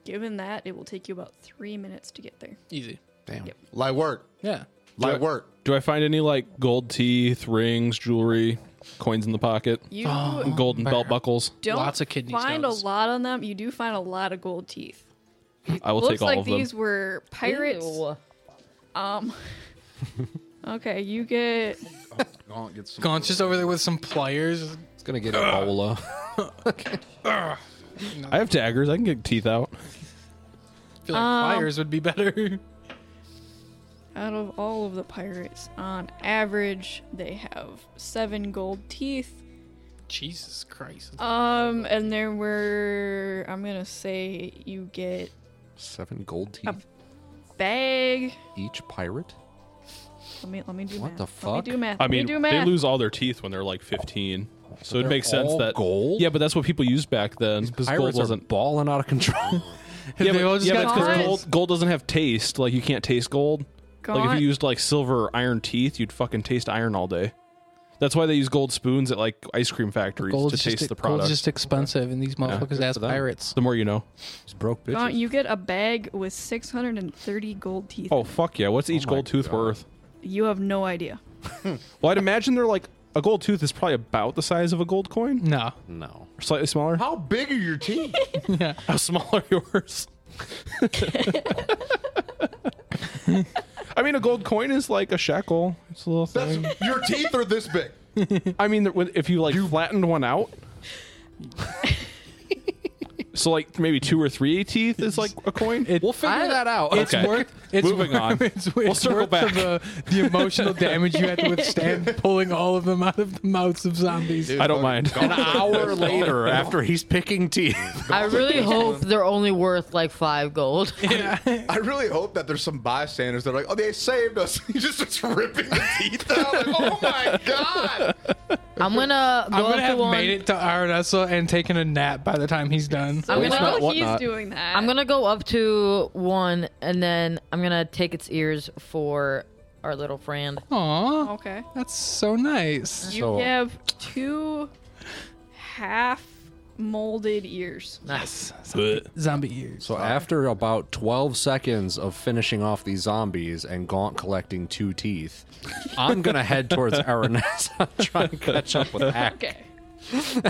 Given that, it will take you about three minutes to get there. Easy. Damn. Light work. Yeah. Light work. Do I find any like gold teeth, rings, jewelry, coins in the pocket, You golden belt buckles? don't lots of kidney find stones. a lot on them. You do find a lot of gold teeth. I will Looks take all like of them. these were pirates. Ew. Um. okay, you get Gaunt gets some- Gaunt's just over there with some pliers. It's gonna get Ebola. I have daggers. I can get teeth out. I feel like Um, pliers would be better. out of all of the pirates, on average, they have seven gold teeth. Jesus Christ. Um, and there were I'm gonna say you get Seven gold teeth a bag. each pirate. Let me let me do What math. the Let fuck? me do math. I Let me mean, do they math. lose all their teeth when they're like fifteen, so it they're makes sense all that gold? Yeah, but that's what people used back then because gold Pirates are wasn't. balling out of control. Yeah, They all but, just yeah, got but it's 'cause gaunt. gold, gold doesn't have taste. Like you can't taste gold. Like if Gaunt. you used like silver or iron teeth, you'd fucking taste iron all day. That's why they use gold spoons at like ice cream factories to Gold's taste just, e- the gold's product. just expensive, and these motherfuckers ass pirates. the more you know. Just broke bitches. Gaunt, you get a bag with 630 gold teeth. Oh fuck yeah! What's each gold tooth worth? You have no idea. Well, I'd imagine they're like a gold tooth is probably about the size of a gold coin, No. no. or slightly smaller. How big are your teeth? How small are yours? I mean, a gold coin is like a shekel. It's a little thing. That's- your teeth are this big. I mean, that when- if you like flattened one out, so like maybe two or three teeth is like a coin. We'll figure that out. It's worth. It's Moving worth, on. It's, it's We'll circle worth back. The, the emotional damage you had to withstand pulling all of them out of the mouths of zombies. I don't mind. An hour later, after he's picking teeth, I really hope they're only worth like five gold. I really hope that there's some bystanders that are like, oh, they saved us. He just starts ripping the teeth out. Like, oh my god! I'm gonna go I'm up gonna to have one. made it to Aranessa and taken a nap by the time he's done. I'm gonna, Well, what he's not. doing that. I'm gonna go up to one and then I'm gonna take its ears for our little friend. Oh. Aw, Okay. that's so nice. You So- have two half molded ears. Nice. Zombie, zombie ears. so after about twelve seconds of finishing off these zombies and Gaunt collecting two teeth, I'm gonna head towards Aranessa, try and catch up with Hack. Okay.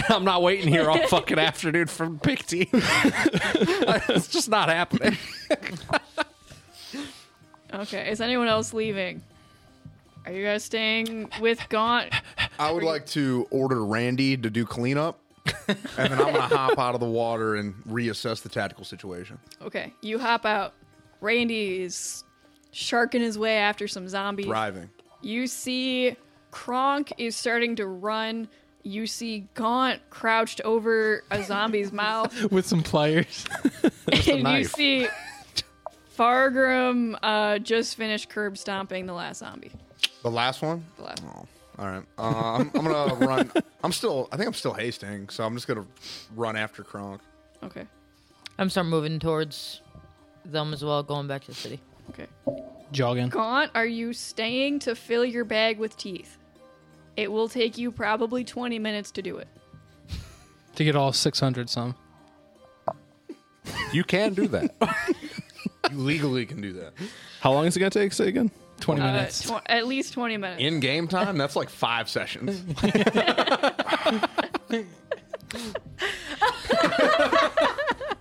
I'm not waiting here all fucking afternoon for big teeth. it's just not happening. Okay. Is anyone else leaving? Are you guys staying with Gaunt? I would like to order Randy to do cleanup, and then I'm gonna hop out of the water and reassess the tactical situation. Okay. You hop out. Randy is sharking his way after some zombies. Thriving. You see Kronk is starting to run. You see Gaunt crouched over a zombie's mouth. With some pliers. and you knife. see Fargrim uh, just finished curb stomping the last zombie. The last one. The last Oh, all right. Uh, I'm, I'm gonna run. I'm still. I think I'm still hasting, so I'm just gonna run after Kronk. Okay. I'm start moving towards them as well, going back to the city. Okay. Jogging. Gaunt, are you staying to fill your bag with teeth? It will take you probably 20 minutes to do it. To get all 600 some. You can do that. You legally can do that. How long is it gonna take? Say again. 20 Uh, minutes. tw- at least 20 minutes. In game time, that's like five sessions.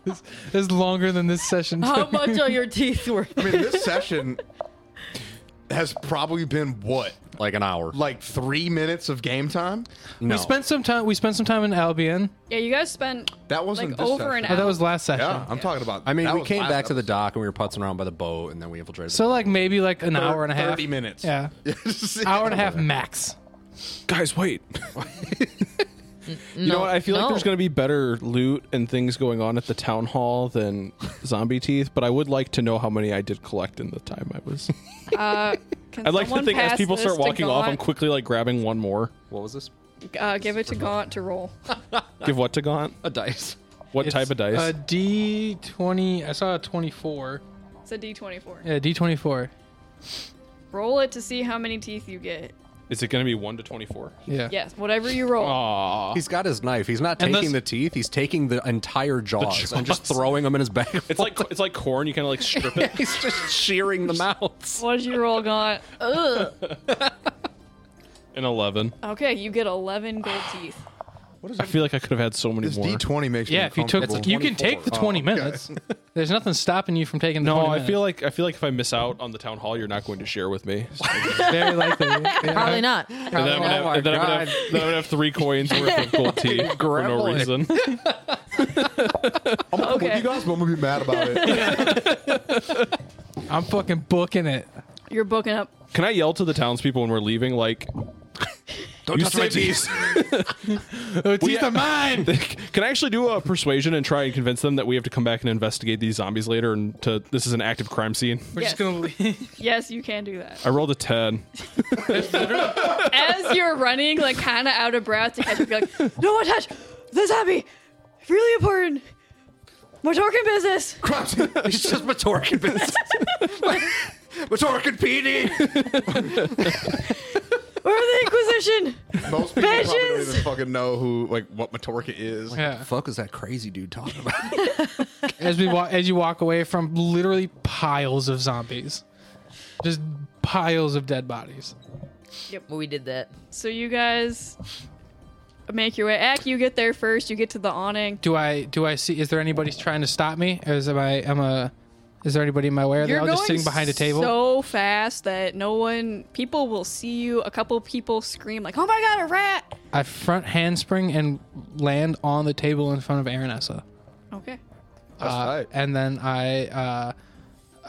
This is longer than this session. How took. much are your teeth worth? I mean, this session has probably been what like an hour. Like three minutes of game time? No. We spent some time. We spent some time in Albion. Yeah, you guys spent That wasn't like this over session. an Oh, hour. that was last session. Yeah, I'm talking about. I mean, that we was came last back to the episode. dock and we were putzing around by the boat, and then we infiltrated. So like maybe like an hour and a half. 30 minutes. Yeah, hour and a half max. Guys, wait. Mm, You know what? I feel like no. there's going to be better loot and things going on at the town hall than zombie teeth, but I would like to know how many I did collect in the time I was. Uh, can I'd like to someone think as pass people this start to walking off, I'm Gaunt? quickly like grabbing one more. what was this? Uh, give it to Gaunt to roll. Give what to Gaunt? A dice. What type of dice? A Uh, D twenty. I saw a twenty-four. It's a D24. Yeah, D twenty-four. Roll it to see how many teeth you get. Is it going to be 1 to 24? Yeah. Yes, whatever you roll. Oh. Aw. He's got his knife. He's not And taking this- the teeth. He's taking the entire jaws, and just jaws. throwing them in his back. It's like it's like corn. You kind of like strip it. he's just shearing them out. What did you roll, Gaunt? An eleven. Okay, you get 11 gold teeth. I feel like I could have had so many This more. D20 makes me Yeah, if you took, uncomfortable. It's a you can 24. take the twenty minutes. There's nothing stopping you from taking. The no, 20 I minutes. feel like I feel like if I miss out on the town hall, you're not going to share with me. So- very likely. Probably not. and then I'm gonna, Oh my have, and then I'm gonna God. have- then I'm gonna have three coins worth of gold teeth for no Grappling. reason. I'm gonna Okay. you guys, but I'm gonna be mad about it. I'm fucking booking it. You're booking up. Can I yell to the townspeople when we're leaving? Like, Don't You touch my said teeth. Oh, teeth yeah. are mine. can I actually do a persuasion and try and convince them that we have to come back and investigate these zombies later? And to this is an active crime scene. We're Yes. just gonna. leave. Yes, you can do that. I rolled a ten. As you're running, like, kind of out of breath, you have to be like, no one touch the zombie. Really important. We're talking business. He's just Matorkin. Matorkin PD. We're the Inquisition. Most people probably don't Bitches! even fucking know who, like, what Matorka is. Yeah. Fuck is that crazy dude talking about? As we walk, as you walk away from literally piles of zombies, just piles of dead bodies. We did that. So you guys make your way. Ack, you get there first. You get to the awning. Do I? Do I see? Is there anybody trying to stop me? Or is am I? Am a? Is there anybody in my way? Are they You're all going just sitting behind a table? so fast that no one, people will see you. A couple people scream like, "Oh my god, a rat!" I front handspring and land on the table in front of Aranessa. Okay. That's Uh, tight. And then I uh,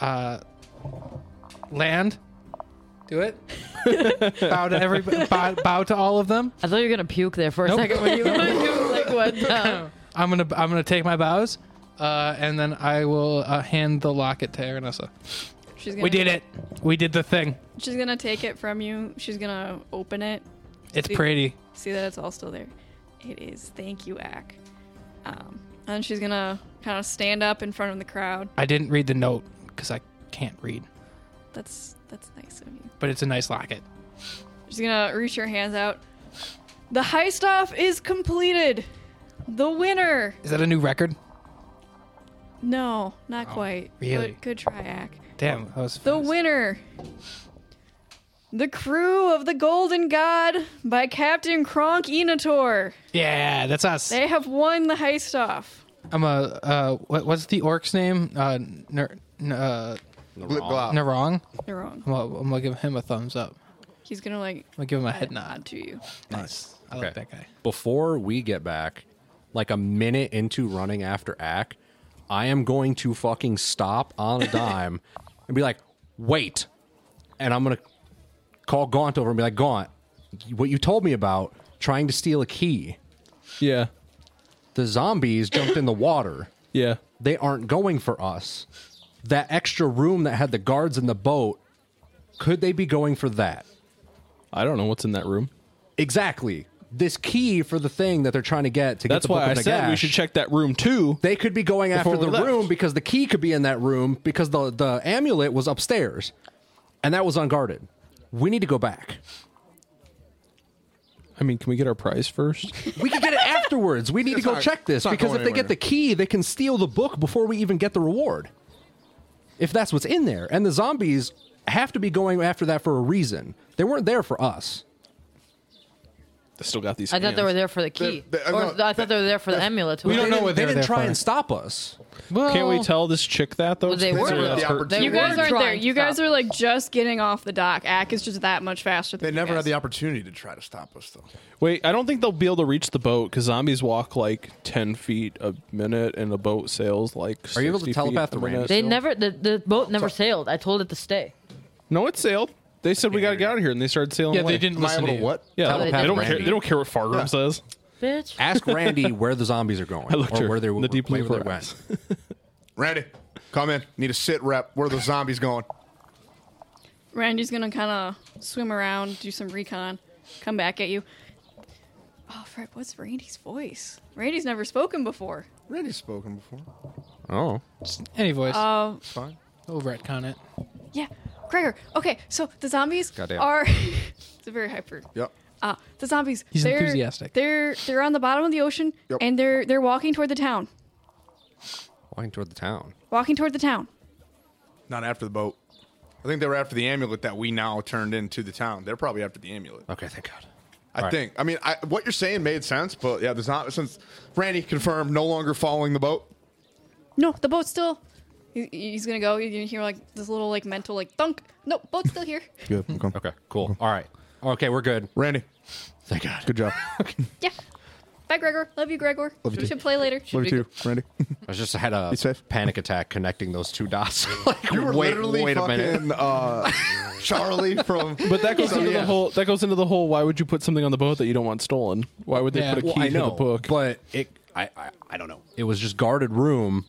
uh, land. Do it. bow to every bow, bow to all of them. I thought you were gonna puke there for a Nope. second when you like what? the- I'm gonna I'm gonna take my bows, uh, and then I will uh, hand the locket to Aranessa. She's gonna We did it. We did the thing. She's gonna take it from you. She's gonna open it. It's See- pretty. See that it's all still there. It is. Thank you, Ack. Um, and she's gonna kind of stand up in front of the crowd. I didn't read the note because I can't read, That's that's nice of you. but it's a nice locket. She's gonna reach her hands out. The heist off is completed. The winner. Is that a new record? No, not quite. Oh, really? Good, good try, Ack. Damn, that was The fast. winner. The crew of the Golden God by Captain Kronk Enator. Yeah, that's us. They have won the heist off. I'm a uh, what, what's the orc's name? Uh, ner, n- uh, Blip blop. Narong. You're wrong. I'm gonna, I'm gonna give him a thumbs up. He's gonna like I'm gonna give him a head head nod. nod to you. Nice. I like Okay. that guy. Before we get back, like a minute into running after Ack, I am going to fucking stop on a dime and be like, wait. And I'm going to call Gaunt over and be like, Gaunt, what you told me about trying to steal a key, Yeah, the zombies jumped in the water. yeah. They aren't going for us. That extra room that had the guards in the boat, could they be going for that? I don't know what's in that room. Exactly. This key for the thing that they're trying to get to That's get the book why I of the said we should check that room too. They could be going Before after we the left. room because the key could be in that room because the the amulet was upstairs, and that was unguarded. We need to go back. I mean, can we get our prize first? We can get it afterwards. We need to It's go not- check this it's not because if going they get anywhere. the key, they can steal the book before we even get the reward. If that's what's in there, and the zombies have to be going after that for a reason. They weren't there for us. they still got these. I thought they were hands. there for the key. The- the- or no, th- I thought they were there for the amulet. We don't know what They they're didn't there try for. and stop us. Well, Can't we tell this chick that though? They were. were That's the her- opportunity. They You were guys aren't trying there. to You guys stop. are like just getting off the dock. Ack is just that much faster. They than never you had guys. the opportunity to try to stop us, though. Wait, I don't think they'll be able to reach the boat because zombies walk like ten feet a minute, and a boat sails like. Are you able to 60 feet telepath a the minute. range? They never. The, the boat never sailed. I told it to stay. No, it sailed. They said we got to get out of here, and they started sailing. yeah, away. they didn't listen to you. what? Yeah, Telepath they don't Randy. care. They don't care what Fargo says. Bitch. Ask Randy where the zombies are going, I looked or her where they in were, the deep blue where they for went. Randy, come in. Need a sit rep. Where are the zombies going? Randy's gonna kind of swim around, do some recon, come back at you. Oh, Fred, what's Randy's voice? Randy's never spoken before. Randy's spoken before. Oh, Any voice. Uh, Oh, We'll retcon it. yeah, Gregor. Okay, so the zombies Goddamn. are. it's a very hyper. Yep. Uh, the zombies. He's they're, enthusiastic. They're they're on the bottom of the ocean, Yep. and they're they're walking toward the town. walking toward the town. Walking toward the town. Not after the boat. I think they were after the amulet that we now turned into the town. They're probably after the amulet. Okay, thank God. I right. think. I mean, I, what you're saying made sense, but yeah, there's not since Randy confirmed no longer following the boat. No, the boat's still. He, he's gonna go. You're gonna hear like this little like mental like thunk. No, boat's still here. Good. Okay. Okay, cool. Mm-hmm. All right. Okay, we're good. Randy, Thank God. good job. yeah. Bye, Gregor. Love you, Gregor. Love you we too. should play later. Love you too, Randy. I just had a You safe? panic attack connecting those two dots. like, You were wait, literally wait a fucking minute. Uh, Charlie from. But that goes So, into yeah. the whole. That goes into the whole. Why would you put something on the boat that you don't want stolen? Why would they Yeah. put a key Well, I to know, the book? but it. I, I I don't know. It was just guarded room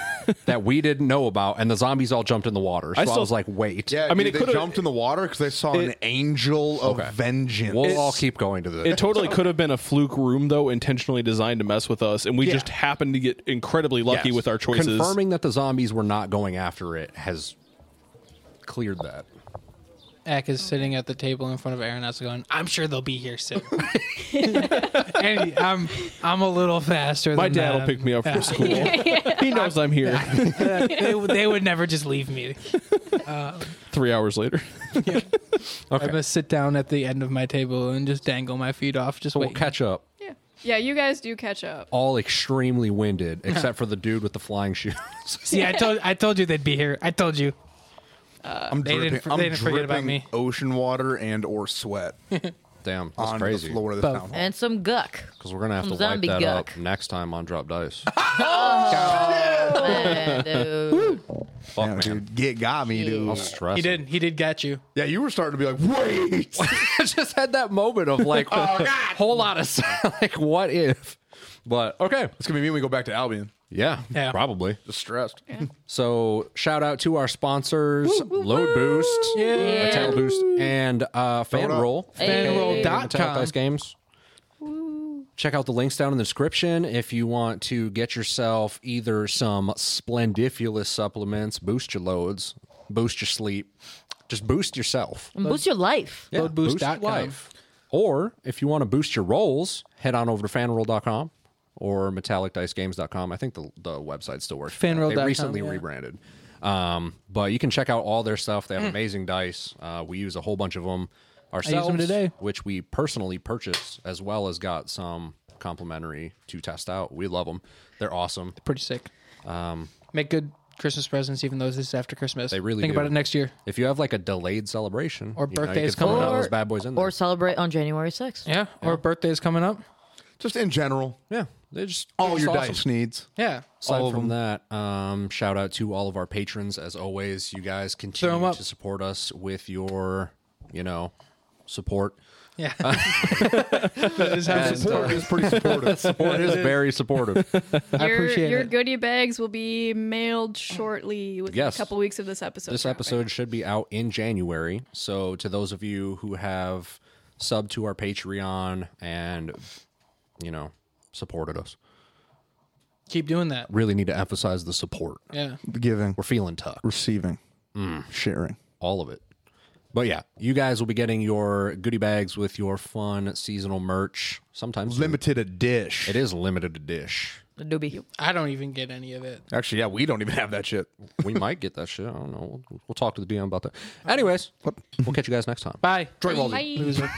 that we didn't know about, and the zombies all jumped in the water. So I, still- was like, wait. Yeah, I mean, dude, it they could've- jumped in the water because they saw an it- angel of Okay. vengeance. We'll all keep going to the. It totally could have been a fluke room, though, intentionally designed to mess with us, and we just happened to get incredibly lucky Yes. with our choices. Confirming that the zombies were not going after it has cleared that. Ack is sitting at the table in front of Aronessa going, I'm sure they'll be here soon. and he- I'm I'm a little faster My than dad will them. pick me up from school. he knows I'm here. they, would- they would never just leave me. Three hours later, I'm going to sit down at the end of my table and just dangle my feet off. Just So Oh. we'll wait. catch up. Yeah. Yeah, you guys do catch up. All extremely winded, except for the dude with the flying shoes. See, I told I told you they'd be here. I told you. I'm They didn't dripping, for- I'm they didn't forget about dripping me. Ocean water and or sweat Damn, that's on crazy. the floor of the Both. town. hall. And some guck. Because we're gonna have Some to wipe zombie that guck. up next time on Drop Dice. Man, dude. Fuck, Yeah, man. dude, get got me, dude. I'll stress. He it. did. He did get you. Yeah, you were starting to be like, wait. I just had that moment of like, whole lot of like, what if? But okay, it's gonna be me when we go back to Albion. yeah, Yeah. probably. Just stressed. So shout out to our sponsors, Load Boost, Yeah. Attack Boost, and uh, Fanroll. Fanroll.com. Attack Dice Games. Check out the links down in the description if you want to get yourself either some splendifulous supplements, boost your loads, boost your sleep, just boost yourself. And boost your life. Yeah, Loadboost.com. your life. Or if you want to boost your rolls, head on over to fanroll.com or metallicdicegames.com. I think the, the website still works. for that. They Fanroll.com, recently yeah. rebranded. Um, but you can check out all their stuff. They have amazing dice. Uh, we use a whole bunch of them ourselves today. which we personally purchased as well as got some complimentary to test out. We love them. They're awesome. Pretty sick. Make good Christmas presents, even though this is after Christmas. They really think do. about it next year. If you have like a delayed celebration Or you know, you birthdays could throw coming one of up. those bad boys in there. Or celebrate on January 6th. Yeah. Or birthdays coming up. Just in general, yeah, they just all it's your awesome. dice needs. Yeah. Aside All of from that, um, shout out to all of our patrons as always. You guys Throw 'em continue up. to support us with your, you know, support. Yeah. that is how it Support starts. is pretty supportive. Support is very supportive. I your, appreciate your it. goodie bags will be mailed shortly within Yes. a couple weeks of this episode. this dropping. episode should be out in January. So to those of you who have subbed to our Patreon and you know supported us, Keep doing that. really need to emphasize the support. Yeah. Giving, We're feeling tough. receiving, Hmm. sharing. all of it. But yeah, you guys will be getting your goodie bags with your fun seasonal merch. Sometimes Limited a dish. it is limited to dish. The doobie. I don't even get any of it. Actually, yeah, we don't even have that shit. we might get that shit. I don't know. We'll, we'll talk to the DM about that. Anyways, we'll catch you guys next time. Bye. Bye. Loser.